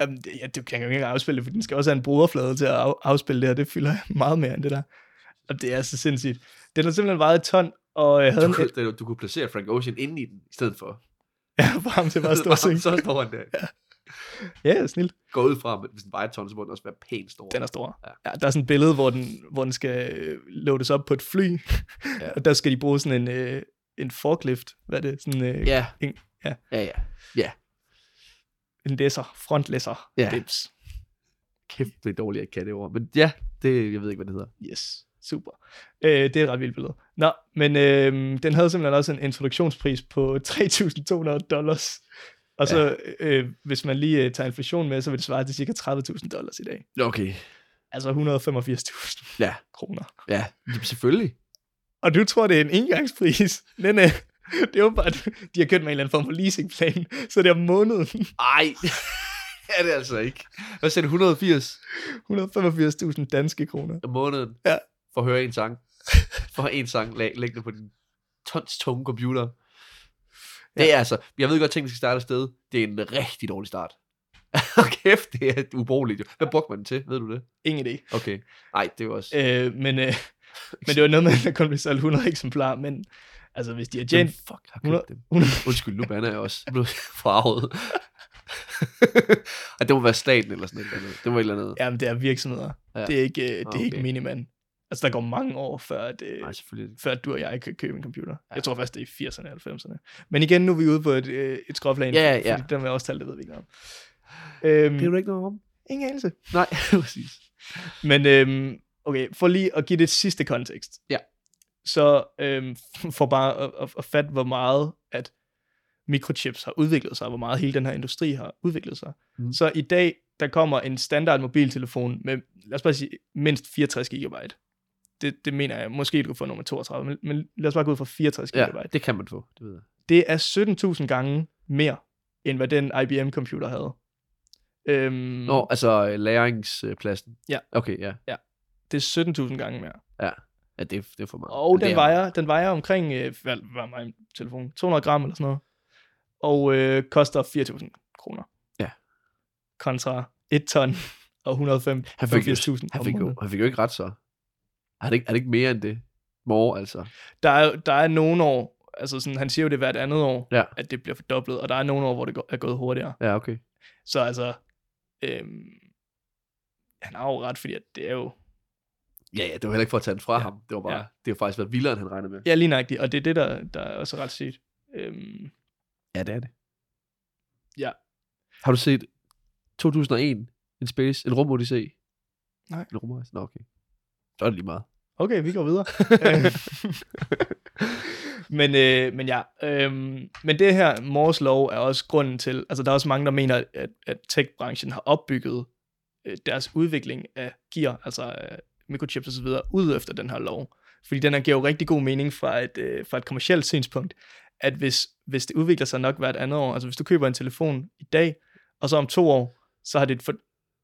A: Jamen, det, ja, det kan jeg jo ikke afspille, det, for den skal også have en brugerflade til at af, afspille det, og det fylder meget mere end det der. Og det er så sindssygt. Den har simpelthen vejet et ton, og jeg havde [LAUGHS]
B: Du,
A: en...
B: kunne- du, du kunne placere Frank Ocean inde i den, i stedet for.
A: Ja, for ham til bare
B: [LAUGHS]
A: at stå og synge.
B: Så står han der.
A: Ja, snilt.
B: Gå ud fra, men hvis den vejer et ton, så må den også være pænt stor.
A: Den er stor.
B: Ja.
A: Ja. Ja, der er sådan et billede, hvor den, hvor den skal øh, loades op på et fly,
B: Ja.
A: ja. [LAUGHS] og der skal de bruge sådan en, øh, en forklift, hvad er det, sådan øh, ja.
B: Ja.
A: En- ja.
B: Ja, ja.
A: en læsser, frontlæsser,
B: Ja.
A: ja. dims.
B: Kæft, det er dårligt, jeg kan det ord. Men ja, det, jeg ved ikke, hvad det hedder.
A: Yes, super. Øh, det er et ret vildt billede. Nå, men øh, den havde simpelthen også en introduktionspris på [LAUGHS] 3.200 dollars. Og så, ja. øh, hvis man lige øh, tager inflation med, så vil det svare til cirka 30.000 dollars i dag.
B: Okay.
A: Altså 185.000
B: Ja.
A: kroner.
B: Ja, jamen selvfølgelig.
A: Og du tror, det er en engangspris? [LAUGHS] Nej, nej. Det er jo bare, at de har købt med en eller anden form for leasingplan, så det er om måneden
B: Ej, [LAUGHS] det er det altså ikke. Hvad sagde du, 180
A: 185.000 danske kroner.
B: om måneden?
A: Ja.
B: For at høre en sang. For en sang, lag, læg det på din tons tunge computer. Det er altså, jeg ved godt, at tingene skal starte et sted. Det er en rigtig dårlig start. [LAUGHS] Og kæft, det er ubrugeligt. jo. Hvad brugte man den til? Ved du det?
A: Ingen idé.
B: Okay. Nej, det var også...
A: Øh, men, øh, men det var noget med, at der kun blev solgt 100 eksemplarer, men altså, hvis de har
B: Hvem
A: tjent...
B: fuck har købt
A: 100
B: dem?
A: 100
B: Undskyld, nu bander jeg også. Jeg blev forarvet. Ej, det må være staten eller sådan et eller andet. Det må et eller andet.
A: Jamen, det er virksomheder.
B: Ja.
A: Ja. Det er ikke, øh, det er
B: Ah, okay.
A: ikke minimand. Altså, der går mange år, før, at, øh,
B: Nej, selvfølgelig.
A: før at du og jeg kan købe en computer.
B: Ja.
A: Jeg tror først, det er i 80'erne og 90'erne. Men igen, nu er vi ude på et, øh, et skråplan,
B: Ja, ja.
A: fordi den med årstal, det ved vi ikke noget om. Øhm,
B: Det er du ikke noget om.
A: ingen anelse.
B: Nej, [LAUGHS] præcis.
A: Men øhm, okay, for lige at give det sidste kontekst.
B: Ja.
A: Så øhm, [LAUGHS] for bare at, at, at fatte, hvor meget at mikrochips har udviklet sig, og hvor meget hele den her industri har udviklet sig.
B: Mm.
A: Mm. Så i dag, der kommer en standard mobiltelefon med, lad os bare sige, mindst 64 gigabyte. Det, det mener jeg, måske du kan få nummer 32, men, men lad os bare gå ud fra 64
B: Ja,
A: gigabyte.
B: det kan man få, det ved jeg.
A: Det er 17.000 gange mere, end hvad den IBM-computer havde. Øhm,
B: Nå, altså øh, lagringspladsen.
A: Ja.
B: Okay, ja.
A: Det er 17.000 gange mere.
B: Ja, det, er, det er for meget.
A: Og
B: Men det
A: den
B: er-
A: vejer, den vejer omkring, øh, hvad var min telefon, 200 gram eller sådan noget. Og øh, koster 4.000 kroner.
B: Ja.
A: Kontra 1 ton og 185.000
B: Han fik, jo, han, fik jo, han fik jo ikke ret så. Er det ikke, er det ikke mere end det? More, altså.
A: Der er, der er nogle år, altså sådan, han siger jo det hvert andet år,
B: Ja.
A: at det bliver fordoblet, og der er nogle år, hvor det går- er gået hurtigere.
B: Ja, okay.
A: Så altså, øhm, han har jo ret, fordi at det er jo,
B: Ja, ja, det var heller ikke for at tage den fra ja. ham. Det var bare, ja.
A: Ja.
B: det har faktisk været vildere, end han regnede med.
A: ja lige nøjagtigt, og det er det, der, der er også ret sygt. Øhm,
B: ja det er det.
A: Ja.
B: Har du set 2001, en space, en rumodyssé?
A: Nej.
B: En rumodyssé? Nå, okay. Så er det lige meget.
A: Okay, vi går videre. Øh, Men, øh, men ja, øh, men det her Moores lov er også grunden til, altså der er også mange, der mener, at, at tech-branchen har opbygget øh, deres udvikling af gear, altså øh, microchips osv., ud efter den her lov. Fordi den her giver jo rigtig god mening fra et, øh, fra et kommersielt synspunkt, at hvis, hvis det udvikler sig nok hvert andet år, altså hvis du køber en telefon i dag, og så om to år, så har det for,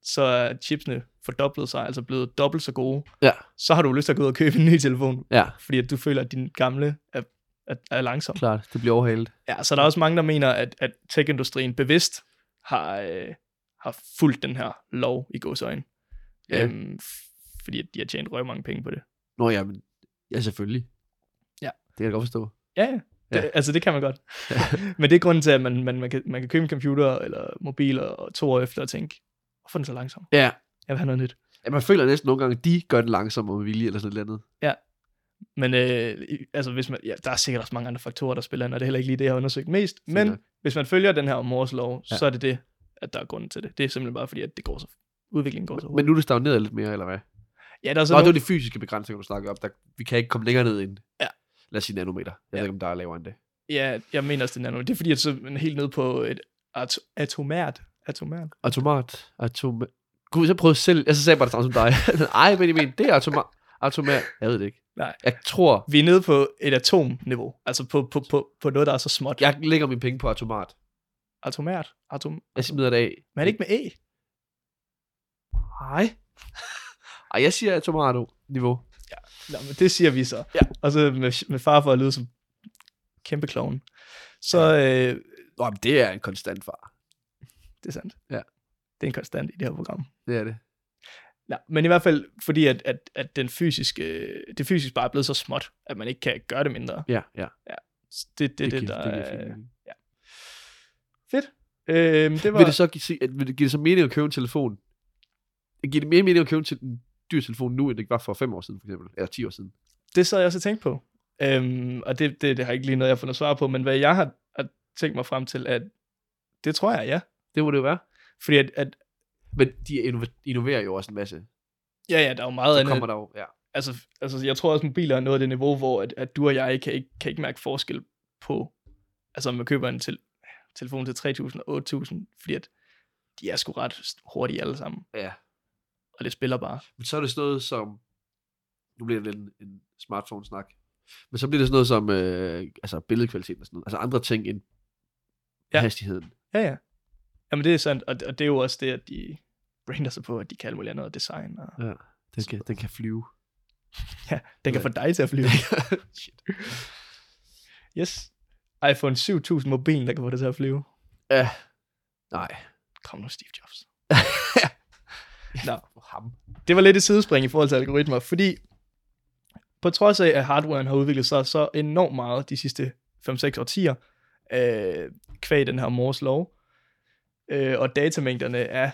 A: så er chipsene fordoblet sig, altså blevet dobbelt så gode,
B: Ja.
A: så har du jo lyst til at gå ud og købe en ny telefon,
B: Ja,
A: fordi at du føler, at din gamle er, er, er langsom.
B: klart. Det bliver overhalet.
A: Ja, så der er også mange, der mener, at, at tech-industrien bevidst har, øh, har fulgt den her lov i gåsøjne.
B: Ja.
A: Ja. Øhm, f- fordi at de har tjent røv mange penge på det.
B: Nå ja, men, ja selvfølgelig.
A: Ja.
B: Det kan jeg godt forstå.
A: Ja, ja. Det,
B: Ja.
A: Altså, det kan man godt. [LAUGHS] Men det er grunden til, at man, man, man, kan, man kan købe en computer eller mobil og, og to år efter og tænke, hvorfor er den så langsom?
B: Ja.
A: Jeg vil have noget nyt.
B: ja man føler næsten nogle gange, at de gør det langsommere med vilje eller sådan et eller andet.
A: Men øh, i- altså, hvis man, ja, der er sikkert også mange andre faktorer, der spiller ind, og det er heller ikke lige det, jeg har undersøgt mest.
B: Fint
A: Men
B: nok.
A: hvis man følger den her om mors lov,
B: Ja.
A: ja. så er det det, at der er grunden til det. Det er simpelthen bare fordi, at det går så, udviklingen går så
B: Men
A: hurtigt.
B: nu er det stagneret lidt mere, eller hvad?
A: ja, der er
B: Så
A: så
B: Nå,
A: nogle-
B: det var de fysiske begrænsninger, du snakkede om. Der, vi kan ikke komme længere ned end,
A: Ja.
B: lad os sige, nanometer. Jeg ja.
A: Ja.
B: ved ikke, om der er lavere end det.
A: Ja, jeg mener også, det er nano. Det er fordi, at så er man helt nede på et at- atomært. Atomært.
B: Automat. Atom... Gud, så prøvede selv. Jeg så sagde jeg bare det samme som dig. [LAUGHS] Ej, men I mener, det er automat. Automat. Jeg ved det ikke.
A: Nej.
B: Jeg tror,
A: Vi er nede på et atomniveau. Altså på, på, på, på noget, der er så småt.
B: jeg lægger mine penge på automat.
A: Atomært. Atom.
B: Jeg smider det af.
A: Men er det ikke med E?
B: Nej. Ej, jeg siger automato-niveau.
A: Nå, men det siger vi så.
B: Ja.
A: Og så med, med far for at lyde som kæmpe kloven. Så øh,
B: Nå, men det er en konstant far.
A: det er sandt.
B: Ja.
A: Det er en konstant i det her program.
B: Det er det.
A: Nå, men i hvert fald fordi, at, at, at den fysiske, det fysisk bare er blevet så småt, at man ikke kan gøre det mindre.
B: Ja, ja.
A: Det, det er det,
B: giver-
A: der
B: giver
A: er...
B: fin mening.
A: Fedt. Øhm, det var...
B: Vil det så give, se- at- vil det give det så mening at købe en telefon? Giver det mere mening at købe til en dyr telefon nu, end det var for 5 år siden, for eksempel? Eller 10 år siden?
A: det sad jeg også og tænkte på. Øhm, og det, det, det har ikke lige noget, jeg har fundet svar på, men hvad jeg har, har tænkt mig frem til, at det tror jeg, ja.
B: Det må det jo være.
A: Fordi at, at
B: Men de inno- innoverer jo også en masse.
A: ja, ja, der er jo meget
B: Så
A: andet.
B: kommer der jo, ja.
A: Altså, altså, jeg tror også, mobiler er noget af det niveau, hvor at, at du og jeg kan ikke, kan ikke mærke forskel på, altså om man køber en til, telefon til 3.000 og 8.000, fordi at de er sgu ret hurtige alle sammen,
B: ja.
A: og det spiller bare.
B: Men så er det sådan noget som, nu bliver det lidt en, en smartphone-snak, men så bliver det sådan noget som øh, altså billedkvaliteten og sådan noget. Altså andre ting end ja.
A: Ja.
B: hastigheden.
A: Ja, ja. Jamen, det er sandt, og, og det er jo også det, at de brander sig på, at de kan alt muligt andet og design, og
B: Ja. Den kan, den kan flyve.
A: ja, den kan få dig til at [LAUGHS] flyve.
B: Shit.
A: Yes. iPhone 7000 mobilen, der kan få det til at flyve.
B: Ja. Nej.
A: Kom nu, Steve Jobs.
B: Ham.
A: Det var lidt et sidespring i forhold til algoritmer, fordi på trods af, at hardwaren har udviklet sig så enormt meget de sidste 5-6 årtier, øh, kvæg den her mors lov, øh, og datamængderne er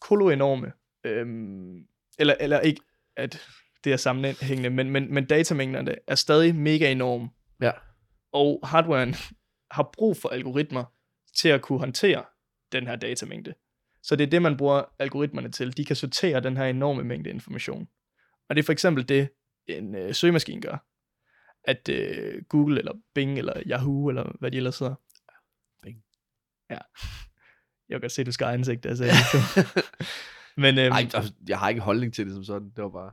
A: koloenorme, øh, eller, eller ikke, at det er sammenhængende, men, men, men datamængderne er stadig mega enorme.
B: Ja.
A: og hardwaren har brug for algoritmer til at kunne håndtere den her datamængde. Så det er det, man bruger algoritmerne til. De kan sortere den her enorme mængde information. Og det er for eksempel det, en øh, søgemaskine gør. At øh, Google eller Bing eller Yahoo eller hvad de ellers hedder.
B: Bing.
A: Ja. Jeg kan godt se, du skar ansigtet. Altså. [LAUGHS] Men øhm,
B: Ej, altså, jeg har ikke holdning til det som sådan. Det var bare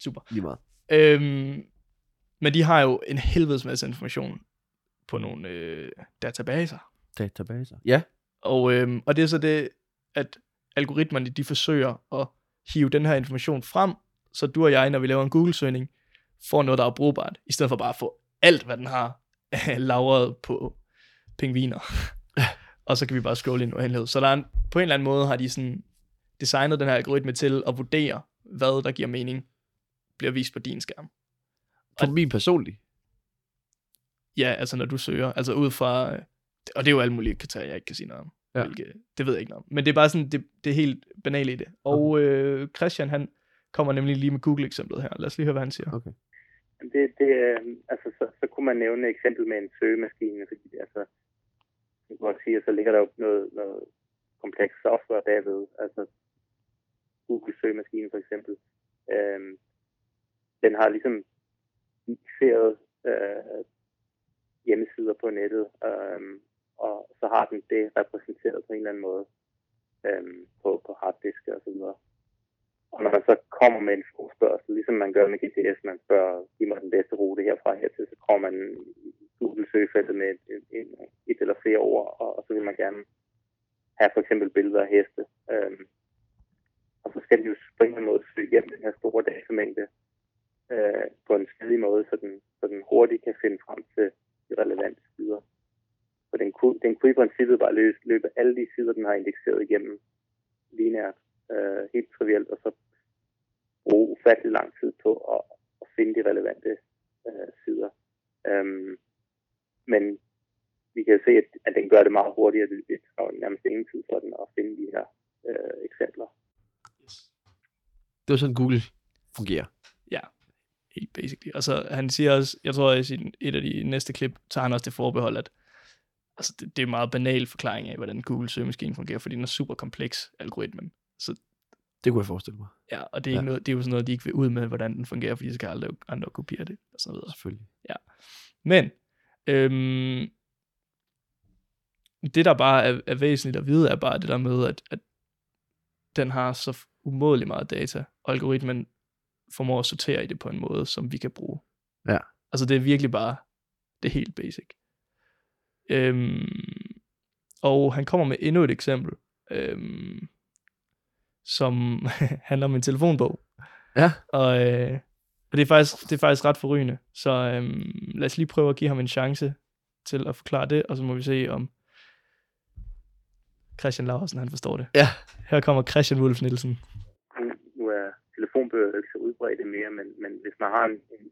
A: Super.
B: lige meget.
A: Øhm, men de har jo en helvedes masse information på nogle øh, databaser.
B: Databaser. Ja.
A: Og, øhm, og det er så det, at algoritmerne de forsøger at hive den her information frem, så du og jeg, når vi laver en Google-søgning, får noget, der er brugbart, i stedet for bare at få alt, hvad den har [LAUGHS] lavret på pingviner. og så kan vi bare scrolle ind uendelighed. Så der er en, på en eller anden måde har de sådan designet den her algoritme til at vurdere, hvad der giver mening, bliver vist på din skærm.
B: På min personlige.
A: Ja, altså når du søger, altså ud fra, øh, og det er jo alle mulige kriterier, jeg ikke kan sige noget om.
B: Ja.
A: Ja. Hvilke, det ved jeg ikke noget om. Men det er bare sådan, det, det er helt banalt i det. Og øh, Christian, han kommer nemlig lige med Google-eksemplet her. Lad os lige høre, hvad han siger.
C: Jamen, Det, det, øh, altså, så, så kunne man nævne et eksempel med en søgemaskine, fordi det, altså, som du også siger, så ligger der jo noget, noget kompleks software bagved, altså Google søgemaskine for eksempel. Øhm, Øh, den har ligesom fixeret øh, hjemmesider på nettet, øhm, og så har den det repræsenteret på en eller anden måde øhm, på, på harddiske og så videre. Og når man så kommer med en forspørgsel, ligesom man gør med GPS, man spørger, giv mig den bedste rute herfra hertil, så kommer man i Google-søgefeltet med et, et, et eller flere ord, og, og så vil man gerne have for eksempel billeder af heste. Øhm, og så skal de jo på en eller anden måde søge hjem den her store datamængde øh, på en smidig måde, så den, så den hurtigt kan finde frem til de relevante sider. Så den kunne, den kunne i princippet bare løbe, løbe alle de sider, den har indekseret igennem linært, øh, helt trivielt, og så bruge ufattelig lang tid på at, at finde de relevante øh, sider. Øhm, men vi kan se, at, at den gør det meget hurtigere. Det, det tager jo nærmest ingen tid for den at finde de her øh, eksempler.
B: Det er jo sådan, Google fungerer.
A: helt basically. Og så han siger også, jeg tror i sin, et af de næste klip, tager han også det forbehold, at altså, det, det er en meget banal forklaring af, hvordan Google søgemaskinen fungerer, fordi den er super kompleks, algoritmen.
B: Det kunne jeg forestille mig,
A: Ja, og det er, ikke
B: Ja.
A: noget, det er jo sådan noget, de ikke vil ud med, hvordan den fungerer, fordi så kan aldrig andre kopiere det, og sådan noget.
B: selvfølgelig.
A: Men, øhm, det der bare er, er væsentligt at vide, er bare det der med, at, at den har så f- umådelig meget data, og algoritmen formår at sortere i det på en måde, som vi kan bruge.
B: Ja.
A: Altså det er virkelig bare det er helt basic. Øhm, og han kommer med endnu et eksempel, øhm, som [LAUGHS] handler om en telefonbog.
B: Ja.
A: Og, øh, og det, er faktisk, det er faktisk ret forrygende. Så øhm, lad os lige prøve at give ham en chance til at forklare det, og så må vi se, om Christian Larsen han forstår det.
B: Ja.
A: Her kommer Christian Wolf Nielsen.
C: Nu- nu er telefonbøger jo ikke så udbredte mere, men, men hvis man har en, en,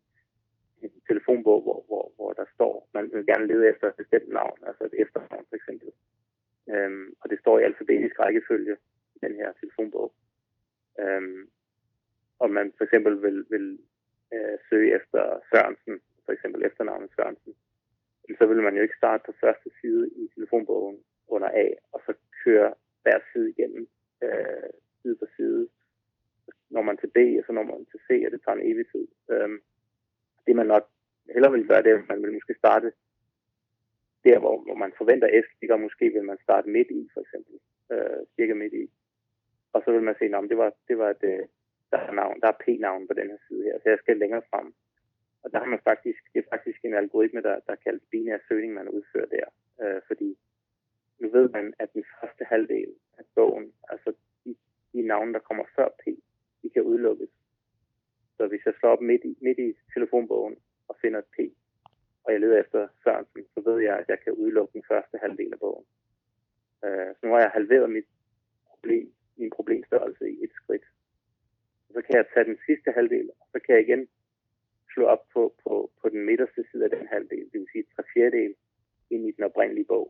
C: en telefonbog, hvor, hvor, hvor der står, man vil gerne lede efter et bestemt navn, altså et efternavn for eksempel, øhm, og det står i alfabetisk rækkefølge i den her telefonbog, øhm, og man for eksempel vil, vil øh, søge efter Sørensen, for eksempel efternavnet Sørensen, så vil man jo ikke starte på første side i telefonbogen under A, og så køre hver side igennem øh, side for side, når man til B, og så når man til C, og det tager en evig tid. Øhm, det man nok hellere vil gøre, det er, at man vil måske starte der, hvor, hvor man forventer F, ligger måske vil man starte midt i, for eksempel. Øh, cirka midt i. Og så vil man se, at det var, det var et, øh, der er, navn, der er P-navn på den her side her, så jeg skal længere frem. Og der har man faktisk, det er faktisk en algoritme, der, der kaldes binær søgning, man udfører der. Øh, fordi nu ved man, at den første halvdel af bogen, altså de, de navne, der kommer før P, de kan udelukkes. Så hvis jeg slår op midt i, midt i telefonbogen og finder et P, og jeg leder efter Sørensen, så ved jeg, at jeg kan udelukke den første halvdel af bogen. Øh, så nu har jeg halveret mit problem, min problemstørrelse i et skridt. Og så kan jeg tage den sidste halvdel, og så kan jeg igen slå op på, på, på den midterste side af den halvdel, det vil sige tre fjerdedel, ind i den oprindelige bog.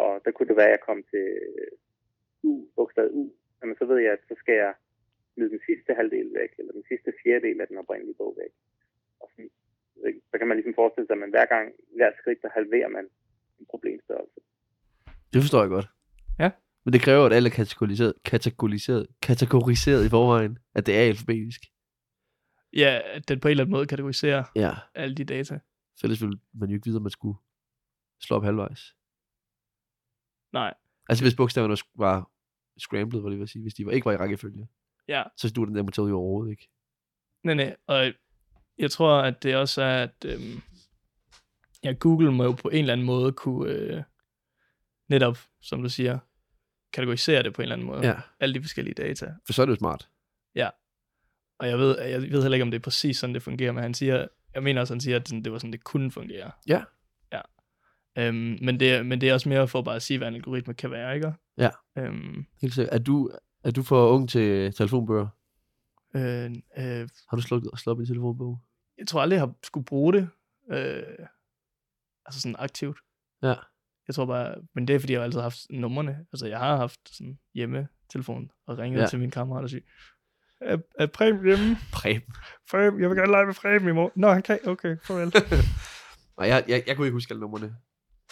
C: Og der kunne det være, at jeg kom til U, bogstavet U, jamen så ved jeg, at så skal jeg smide den sidste halvdel væk, eller den sidste fjerdedel af den oprindelige bog væk. Og så, så kan man ligesom forestille sig, at man hver gang, hver skridt, der halverer man en problemstørrelse.
B: Det forstår jeg godt.
A: Ja.
B: Men det kræver, at alle er kategoriseret, kategoriseret, kategoriseret i forvejen, at det er alfabetisk.
A: Ja, at den på en eller anden måde kategoriserer
B: Ja.
A: alle de data.
B: Så ellers ville man jo ikke vide, om man skulle slå op halvvejs.
A: Nej.
B: Altså hvis bogstaverne sk- var scrambled, var det jeg vil sige, hvis de var, ikke var i rækkefølge,
A: Ja.
B: så du den der metode jo overhovedet ikke.
A: Nej, nej. Og jeg tror, at det også er, at øhm, ja, Google må jo på en eller anden måde kunne øh, netop, som du siger, kategorisere det på en eller anden måde. Alle de forskellige data.
B: For så er det jo smart.
A: Og jeg ved, jeg ved heller ikke, om det er præcis sådan, det fungerer, men han siger, jeg mener også, han siger, at sådan- det var sådan, det kunne fungere.
B: Ja.
A: Ja. Øhm, men, det, er- men det er også mere for bare at sige, hvad en algoritme kan være, ikke?
B: Ja.
A: Øhm,
B: Helt sikkert. Er du, er du for ung til telefonbøger?
A: øh, øh,
B: Har du slået, slået op i en telefonbog?
A: jeg tror aldrig, jeg har skulle bruge det. Øh, altså sådan aktivt.
B: Ja.
A: Jeg tror bare, men det er fordi, jeg har altid haft numrene. Altså jeg har haft sådan hjemmetelefon og ringet ja.
B: Ja.
A: til min kammerat og sige, er, er Preben hjemme?
B: Præben.
A: Preben, jeg vil gerne lege med Preben i morgen. Nå, han kan. Okay, farvel.
B: [LAUGHS] Nej, jeg, jeg, jeg kunne ikke huske alle numrene.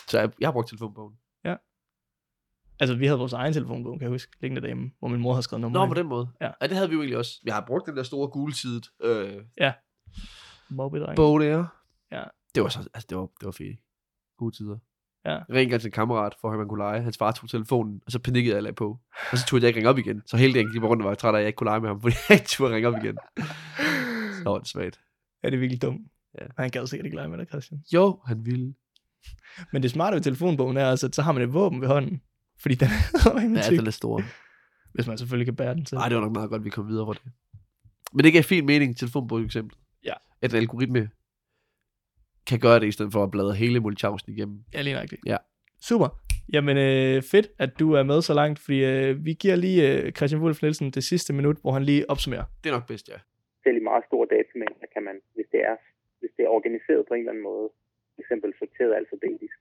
B: Så jeg, jeg har brugt telefonbogen.
A: Altså, vi havde vores egen telefonbog, kan jeg huske, liggende derhjemme, hvor min mor havde skrevet nummer.
B: Nå, på den måde.
A: Ja.
B: ja. det havde vi jo egentlig også. Jeg har brugt den der store gule side øh,
A: Mobbedreng.
B: bog der.
A: Ja.
B: Det var, så, altså, det var, det var fedt. Gode tider.
A: Ja.
B: Jeg ringede engang til en kammerat, for at man kunne lege. Hans far tog telefonen, og så panikkede jeg og lagde på. Og så turde jeg ikke ringe op igen. Så hele dagen gik jeg bare rundt og var træt af, at jeg ikke kunne lege med ham, [LAUGHS] fordi jeg ikke turde ringe op igen. Så var det svagt.
A: Ja, det er virkelig dumt.
B: Ja.
A: Ja. Han gad sikkert ikke lege med dig, Christian.
B: Jo, han ville.
A: Men det smarte ved telefonbogen er altså, at så har man et våben ved hånden. Fordi den
B: Ja,
A: er [LAUGHS]
B: den
A: tyk,
B: er stor.
A: hvis man selvfølgelig kan bære den til.
B: Nej, det var nok meget godt, at vi kom videre fra det. Men det gav fin mening, telefonbrug eksempel.
A: Ja.
B: At en algoritme kan gøre det, i stedet for at bladre hele Mulchausen igennem.
A: Ja, lige nøjagtigt.
B: Ja.
A: Super. Jamen, øh, fedt, at du er med så langt, fordi øh, vi giver lige øh, Christian Wolf Nielsen det sidste minut, hvor han lige opsummerer.
B: Det er nok bedst, ja.
C: Selv i meget store datamængder kan man, hvis det er, hvis det er organiseret på en eller anden måde, for eksempel sorteret alfabetisk,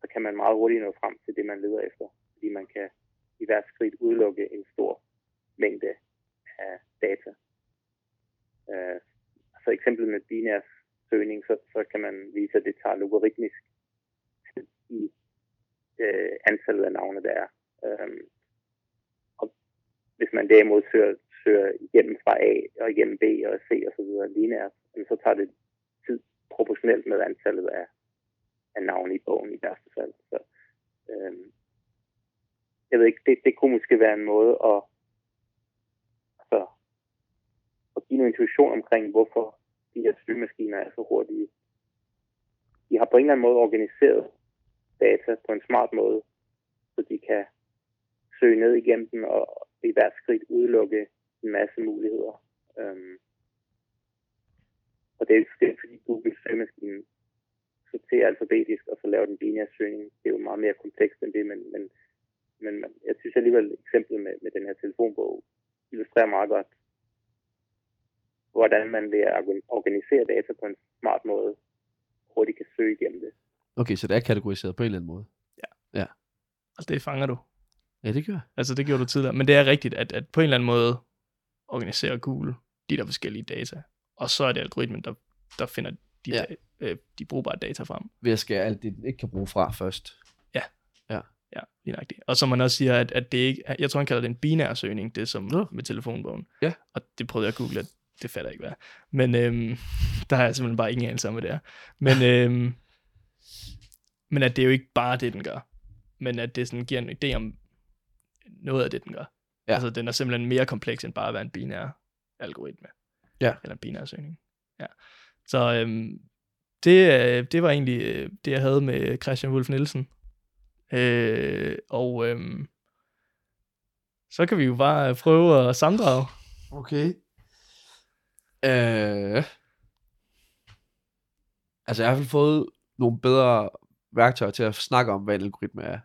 C: så kan man meget hurtigt nå frem til det, man leder efter, fordi man kan i hvert skridt udelukke en stor mængde af data. Øh, så eksempel med binær søgning, så, så kan man vise, at det tager logaritmisk tid i øh, antallet af navne, der er. Øh, hvis man derimod søger, søger igennem fra A og igennem B og C og så videre lineært, jamen, så tager det tid proportionelt med antallet af, af navne i bogen i værste fald. Så, øhm, jeg ved ikke, det, det kunne måske være en måde at, altså, at give noget intuition omkring, hvorfor de her søgemaskiner er så hurtige. De har på en eller anden måde organiseret data på en smart måde, så de kan søge ned igennem den og i hvert skridt udelukke en masse muligheder. Øhm, og det er det er fordi Google søgemaskinen sorterer alfabetisk, og så laver den binær søgning. Det er jo meget mere komplekst end det, men, men, men man- jeg synes alligevel, eksemplet med, med den her telefonbog illustrerer meget godt, hvordan man ved at organ- organisere data på en smart måde, hurtigt kan søge igennem det.
B: Okay, så det er kategoriseret på en eller anden måde.
A: Altså, det fanger du.
B: Ja, det gør
A: Altså, det gjorde du tidligere. Men det er rigtigt, at, at på en eller anden måde organiserer Google de der forskellige data. Og så er det algoritmen, der, der finder de,
B: Ja.
A: ja. da, øh, de brugbare data frem.
B: Ved at skære alt det, den ikke kan bruge fra først.
A: Ja, lige nøjagtigt. Og som man også siger, at, at det ikke... Jeg tror, han kalder det en binær søgning, det som
B: Nå.
A: med telefonbogen.
B: Ja.
A: Og det prøvede jeg at google, og det fatter jeg ikke, hvad. er. Men øhm, [LAUGHS] der har jeg simpelthen bare ingen anelse om, hvad det er.
B: [LAUGHS]
A: Men, øhm, men at det er jo ikke bare det, den gør. Men at det sådan giver en idé om noget af det, den gør.
B: Ja.
A: Ja. Altså, den er simpelthen mere kompleks, end bare at være en binær algoritme.
B: Ja.
A: Eller en binær søgning. Ja. Så øhm, det, øh, det var egentlig øh, det, jeg havde med Christian Wolf Nielsen. Øh, og øhm, så kan vi jo bare prøve at samdrage.
B: Okay. Øh, altså, jeg har i hvert fald fået nogle bedre værktøjer til at snakke om, hvad en algoritme er.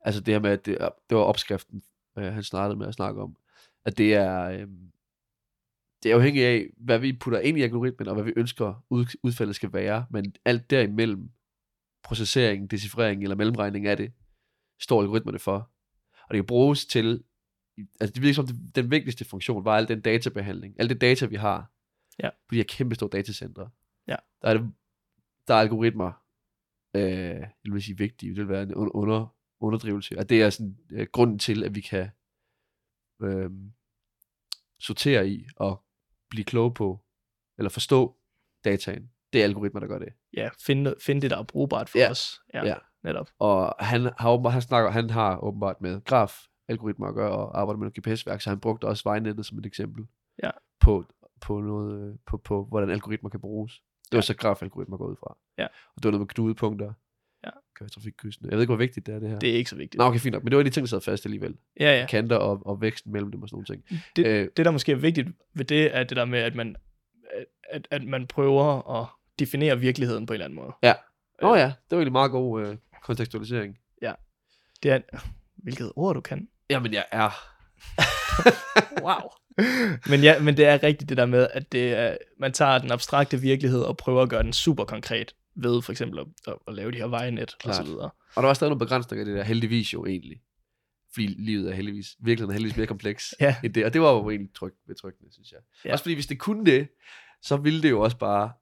B: Altså det her med, at det, det var opskriften, øh, han startede med at snakke om. At det er, øh, det er afhængigt af, hvad vi putter ind i algoritmen, og hvad vi ønsker ud, udfaldet skal være. Men alt derimellem, processering, decifrering eller mellemregning af det, står algoritmerne for. Og det kan bruges til altså det virker som, det, den vigtigste funktion var al den databehandling, alt det data, vi har,
A: Ja.
B: på de her kæmpe store datacentre.
A: Ja.
B: Der er, det, der er algoritmer, øh, jeg vil sige vigtige, det vil være en un- under, underdrivelse, og det er sådan øh, grunden til, at vi kan øh, sortere i og blive kloge på, eller forstå dataen. Det er algoritmer, der gør det.
A: Ja, finde, finde det, der er brugbart for
B: Ja,
A: os. Ja,
B: ja.
A: ja, netop.
B: Og han har, åbenbart, han, snakker, han har åbenbart med graf-algoritmer at gøre, og arbejder med nogle GPS-værk, så han brugte også vejnettet som et eksempel
A: Ja.
B: på, på, noget, øh, på, på, hvordan algoritmer kan bruges. Det var
A: Ja.
B: så graf-algoritmer går ud fra.
A: Ja.
B: Og det var noget med knudepunkter.
A: Ja.
B: Kører trafikkystene. Jeg ved ikke, hvor vigtigt det er, det her.
A: Det er ikke så vigtigt.
B: Nå, okay, fint nok. Men det var en af de ting, der sad fast alligevel.
A: Ja, ja.
B: Ja. Kanter og, og væksten mellem dem og sådan nogle ting.
A: Det-
B: øh,
A: Det, der måske er vigtigt ved det, er det der med, at man, at- at, at man prøver at definere virkeligheden på en eller anden måde.
B: nå ja, det var egentlig meget god øh, kontekstualisering.
A: Det er, hvilket ord du kan.
B: Jamen, jeg er...
A: Wow. [LAUGHS] men ja, men det er rigtigt det der med, at det er, man tager den abstrakte virkelighed og prøver at gøre den super konkret ved for eksempel at, at, at lave de her vejnet og så
B: Klart.
A: videre.
B: Og der var stadig nogle begrænsninger i det der, heldigvis jo egentlig. Fordi livet er heldigvis, virkeligheden er heldigvis mere kompleks
A: Ja.
B: end det. Og det var jo egentlig tryg, betryggende, synes jeg. Ja.
A: Ja.
B: Også fordi hvis det kunne det, så ville det jo også bare,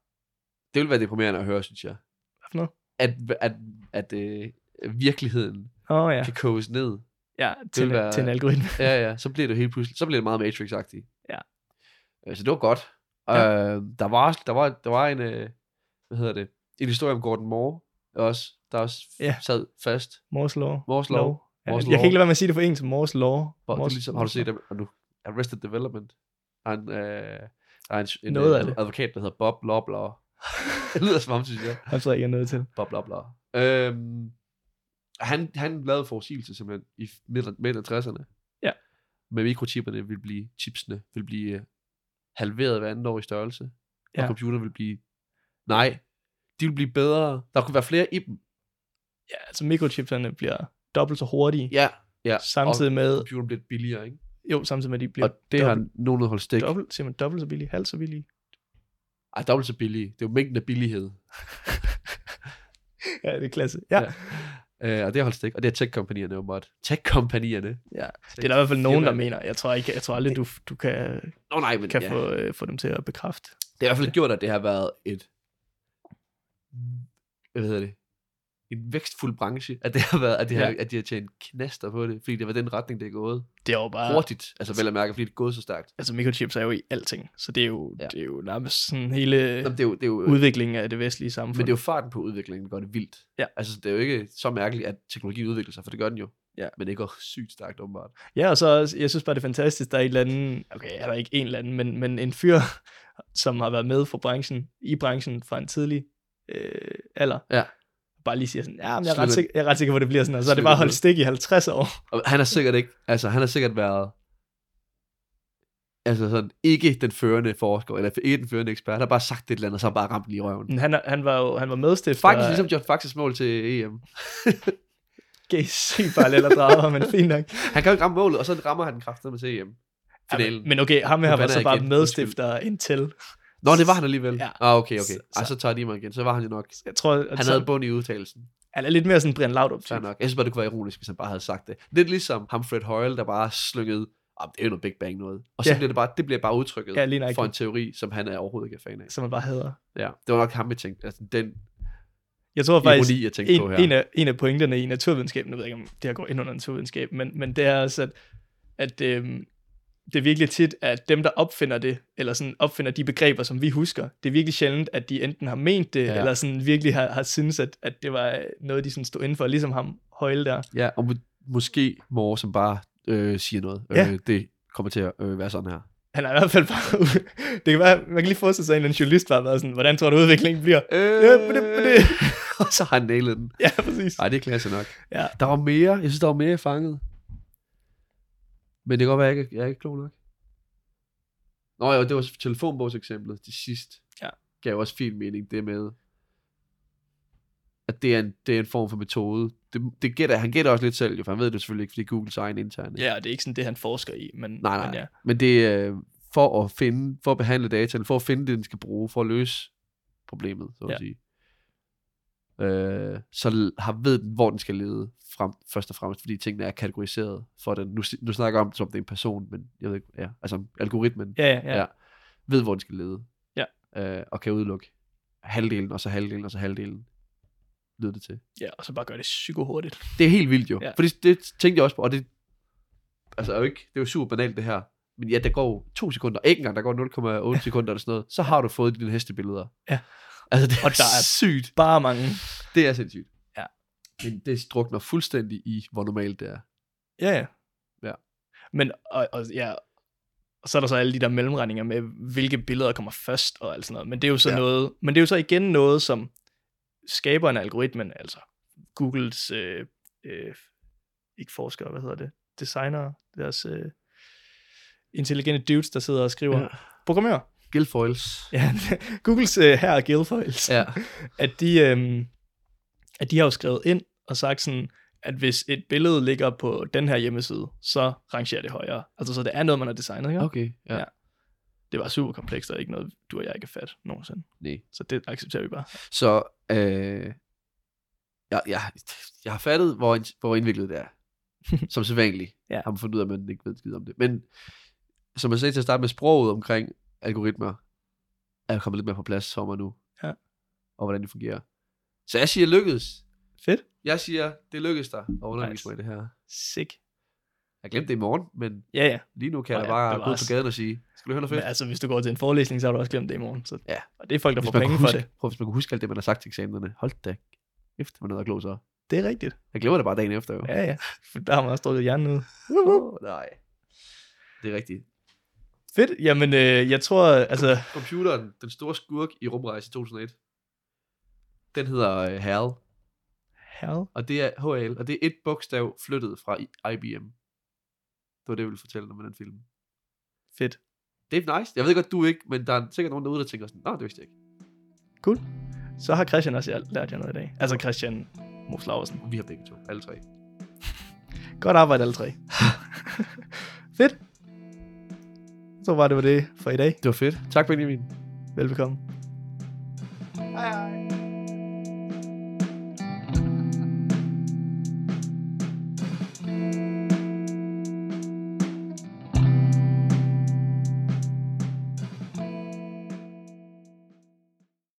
B: det ville være deprimerende at høre, synes jeg.
A: Hvad for noget?
B: At, at, at øh, virkeligheden
A: Åh oh, ja,
B: kan koges ned.
A: ja til,
B: vil være-
A: til en algoritme.
B: Ja, ja, så bliver det helt pludselig, så bliver det meget Matrix-agtigt.
A: Ja.
B: Øh, Så det var godt.
A: Ja.
B: Øh, der, var, også- der, var, der var en, øh, hvad hedder det, en historie om Gordon Moore, også, der også
A: Ja.
B: yeah. sad fast.
A: Morse Law.
B: Morse Law.
A: Ja,
B: Morse
A: jeg
B: Law.
A: kan ikke lade være med at sige det på engelsk. Morse Law.
B: Hvor, det er
A: Morse,
B: ligesom, har du
A: Morse
B: set
A: Law.
B: dem nu? Arrested Development. Der er en, øh, der er en, en,
A: Noget
B: øh,
A: af det.
B: advokat, der hedder Bob
A: [LAUGHS]
B: Lobler. det lyder som ham, synes jeg.
A: Ham tror jeg ikke, jeg er nødt til.
B: Bob Lobler. Øhm, han, han lavede forudsigelse simpelthen i midten midten af 60'erne.
A: Ja.
B: Med mikrochipperne vil blive, chipsene vil blive øh, halveret hver anden år i størrelse. Ja.
A: Ja.
B: Og computeren vil blive, nej, de vil blive bedre. Der kunne være flere i dem.
A: Ja, altså mikrochipserne bliver dobbelt så hurtige.
B: Ja. ja.
A: Samtidig med,
B: og computeren bliver billigere, ikke?
A: jo, samtidig med, at de
B: Og
A: bliver
B: det har
A: dobbelt,
B: nogen holdt stik.
A: dobbelt, siger man, dobbelt så billige, halvt så billige.
B: Ej, dobbelt så billige. Det er jo mængden af billighed.
A: Ja, det er klasse. Ja. ja.
B: ja. [LAUGHS] Øh, og det har holdt stik. Og det er tech-kompanierne åbenbart. Tech-kompanierne.
A: ja. Det er der i hvert fald nogen, der
B: Firmaerne.
A: mener. Jeg tror, ikke, jeg tror aldrig, du, du kan,
B: Nå nej, men
A: kan
B: ja.
A: få, øh, få dem til at bekræfte.
B: Det har i hvert fald gjort, at det har været et... Hvad hedder det? En vækstfuld branche. At, det har været, at, det har,
A: Ja.
B: at de har tjent knaster på det. Fordi det var den retning, det er gået.
A: Det er jo bare...
B: Hurtigt. Altså vel at mærke, fordi det er gået så stærkt.
A: Altså mikrochips er jo i alting, så det er jo,
B: Ja.
A: ja. det er jo nærmest sådan hele
B: Jamen, det er jo, det er jo,
A: udviklingen af det vestlige samfund.
B: men det er jo farten på udviklingen, der gør det vildt.
A: Ja.
B: Altså, det er jo ikke så mærkeligt, at teknologien udvikler sig, for det gør den jo.
A: Ja.
B: Men det går sygt stærkt, åbenbart.
A: Ja, og så også- jeg synes bare, det er fantastisk, der er et eller andet, okay, er der ikke en eller anden, men, men en fyr, [LAUGHS] som har været med for branchen, i branchen fra en tidlig øh, alder,
B: Ja.
A: bare lige siger sådan, ja, men jeg er, ret
B: Slut.
A: sikker, jeg er ret sikker på, at det bliver sådan, og så er det
B: Slut.
A: bare holdt stik i 50
B: [LAUGHS]
A: år.
B: Og han har sikkert ikke, altså han har sikkert været, altså sådan, ikke den førende forsker, eller ikke den førende ekspert, han har bare sagt et eller andet, og så har han bare ramt den lige i røven.
A: Men Han, er- han var jo han var medstifter.
B: Faktisk ligesom John Faxes mål til EM.
A: GC paralleller drager, men fint
B: [LAUGHS]
A: nok.
B: Han kan jo ikke ramme målet, og så rammer han kraften med til EM.
A: Ja,
B: Finalen.
A: men okay, ham her
B: Nu
A: var
B: bander
A: så
B: jeg
A: bare
B: igen.
A: medstifter indtil.
B: Nå, det var han alligevel.
A: Ja.
B: Ah, okay, okay.
A: Så-
B: Ej, så tager de mig igen. Så var han jo nok.
A: Jeg tror, at
B: Han
A: så-
B: havde bund i udtalelsen.
A: han er lidt mere sådan Brian Laudrup.
B: Fair nok. Jeg synes bare, det kunne være ironisk, hvis han bare havde sagt det. Lidt ligesom ham Fred Hoyle, der bare slyngede, ah, det er jo noget Big Bang noget. Og så
A: Ja.
B: bliver det bare, det bliver bare udtrykket
A: Ja, lige nøjagtigt.
B: for en teori, som han er overhovedet ikke er fan af.
A: som man bare hader.
B: Ja, det var nok ham, jeg tænkte. Altså, den
A: Jeg tror faktisk,
B: ironi, jeg tænkte på her.
A: en, en, af, en af pointerne i naturvidenskaben, nu ved jeg ikke, om det her går ind under naturvidenskab, men, men det er også, at, at øhm, det er virkelig tit, at dem, der opfinder det, eller sådan opfinder de begreber, som vi husker, det er virkelig sjældent, at de enten har ment det,
B: Ja.
A: ja. eller sådan virkelig har, har syntes, at, at det var øh, noget, de sådan stod inden for, ligesom ham Højle der.
B: Ja, og må- måske mor, som bare øh, siger noget.
A: Ja.
B: Øh, det kommer til at øh, være sådan her.
A: Han er i hvert fald bare... [LAUGHS] det kan være, man kan lige forestille sig, at en eller anden journalist bare har været sådan, hvordan tror du, udviklingen bliver? [LAUGHS]
B: Øh,
A: Ja, på det, på det.
B: [LAUGHS] og så har han nailet den.
A: ja, præcis.
B: Nej, det er klasse nok.
A: Ja.
B: Der var mere. Jeg synes, der var mere i fanget. Men det kan godt være, at jeg ikke jeg er ikke klog nok. Nå ja, det var telefonbogseksemplet til sidst.
A: Ja.
B: Gav også fin mening, det med, at det er en, det er en form for metode. Det, det gætter, han gætter også lidt selv, jo, for han ved det selvfølgelig ikke, fordi Googles egen interne.
A: Ja, og det er ikke sådan det, han forsker i, men,
B: Nej, nej.
A: men ja.
B: Men det er øh, for at finde, for at behandle dataen, for at finde det, den skal bruge, for at løse problemet, så at
A: Ja.
B: sige. Øh, så l- har ved den, hvor den skal lede frem, først og fremmest, fordi tingene er kategoriseret for den. Nu, si- nu snakker jeg om det, som om det er en person, men jeg ved ikke, ja, altså algoritmen
A: Ja, ja, ja.
B: Ja. ved, hvor den skal lede.
A: Ja.
B: Øh, og kan udelukke halvdelen, og så halvdelen, og så halvdelen. Lyder det til.
A: ja og så bare gør det psykohurtigt.
B: Det er helt vildt jo. Ja.
A: Ja.
B: Fordi det tænkte jeg også på, og det, altså, er jo ikke, det er jo super banalt det her. Men ja, der går to sekunder, ikke engang der går 0,8 sekunder eller sådan noget, så har du fået dine hestebilleder.
A: Ja.
B: Altså det er,
A: Og der er
B: sygt.
A: Bare mange.
B: Det er sindssygt.
A: Ja.
B: Men det drukner fuldstændig i, hvor normalt det er.
A: Ja, ja.
B: Ja.
A: Men, og, og, ja, og så er der så alle de der mellemregninger med, hvilke billeder kommer først og alt sådan noget. Men det er jo så
B: Ja.
A: ja. noget, men det er jo så igen noget, som skaberen af algoritmen, altså Googles, øh, øh, ikke forskere, hvad hedder det, designer, deres øh, intelligente dudes, der sidder og skriver,
B: Ja.
A: ja. programmører.
B: Guilfoils.
A: Ja, [LAUGHS] Googles øh, her Guilfoils.
B: Ja.
A: at de, øhm, at de har jo skrevet ind og sagt sådan, at hvis et billede ligger på den her hjemmeside, så rangerer det højere. Altså, så det er noget, man har designet, ikke? Okay.
B: Okay. Ja. ja.
A: Ja. Det var super komplekst, og ikke noget, du og jeg ikke er fat nogensinde.
B: Nej.
A: Så det accepterer vi bare.
B: Så øh, jeg, jeg, jeg har fattet, hvor, ind- hvor
A: [LAUGHS]
B: indviklet det er. Som sædvanligt.
A: Ja.
B: Har man fundet ud af, at man ikke ved en skid om det. Men som jeg sagde til at starte med, sproget omkring algoritmer er kommet lidt mere på plads for mig nu.
A: Ja.
B: Og hvordan det fungerer. Så jeg siger lykkedes.
A: Fedt.
B: Jeg siger, det lykkedes dig at undervise
A: Nice.
B: mig i det her.
A: Sick.
B: Jeg glemte det i morgen, men
A: Ja, ja.
B: lige nu kan
A: Nå
B: jeg
A: ja,
B: bare
A: det var
B: gå ud
A: også-
B: på gaden og sige, skal du høre noget
A: Men
B: fedt?
A: altså, hvis du går til en forelæsning, så har du også glemt det i morgen. Så.
B: Ja.
A: Og det er folk, der
B: Hvis
A: får
B: man,
A: penge
B: kunne
A: for
B: huske,
A: det.
B: prøv, hvis man kunne huske alt det, man har sagt til eksamenerne. Hold da efter, man er noget klog så.
A: Det er rigtigt.
B: Jeg glemmer det bare dagen efter jo.
A: Ja, ja. For der har man også drukket hjernen ud.
B: Åh, nej. Det er rigtigt.
A: Fedt. Jamen, øh, jeg tror, altså...
B: Computeren, den store skurk i rumrejse 2001, den hedder øh, HAL,
A: Hell.
B: og det er HAL, og det er et bogstav flyttet fra I- IBM. Det var det, jeg ville fortælle om den film.
A: Fedt.
B: Det er nice. Jeg ved godt, du ikke, men der er sikkert nogen derude, der tænker sådan, nej, det vidste jeg ikke.
A: Cool. Så har Christian også jeg- lært jer noget i dag. Altså Christian Mos Laursen.
B: Vi har begge to, alle tre.
A: Godt arbejde alle tre. Fedt. Så var det var det for i dag.
B: Det var fedt. Tak, Benjamin.
A: Velbekomme.
B: Hej, hej.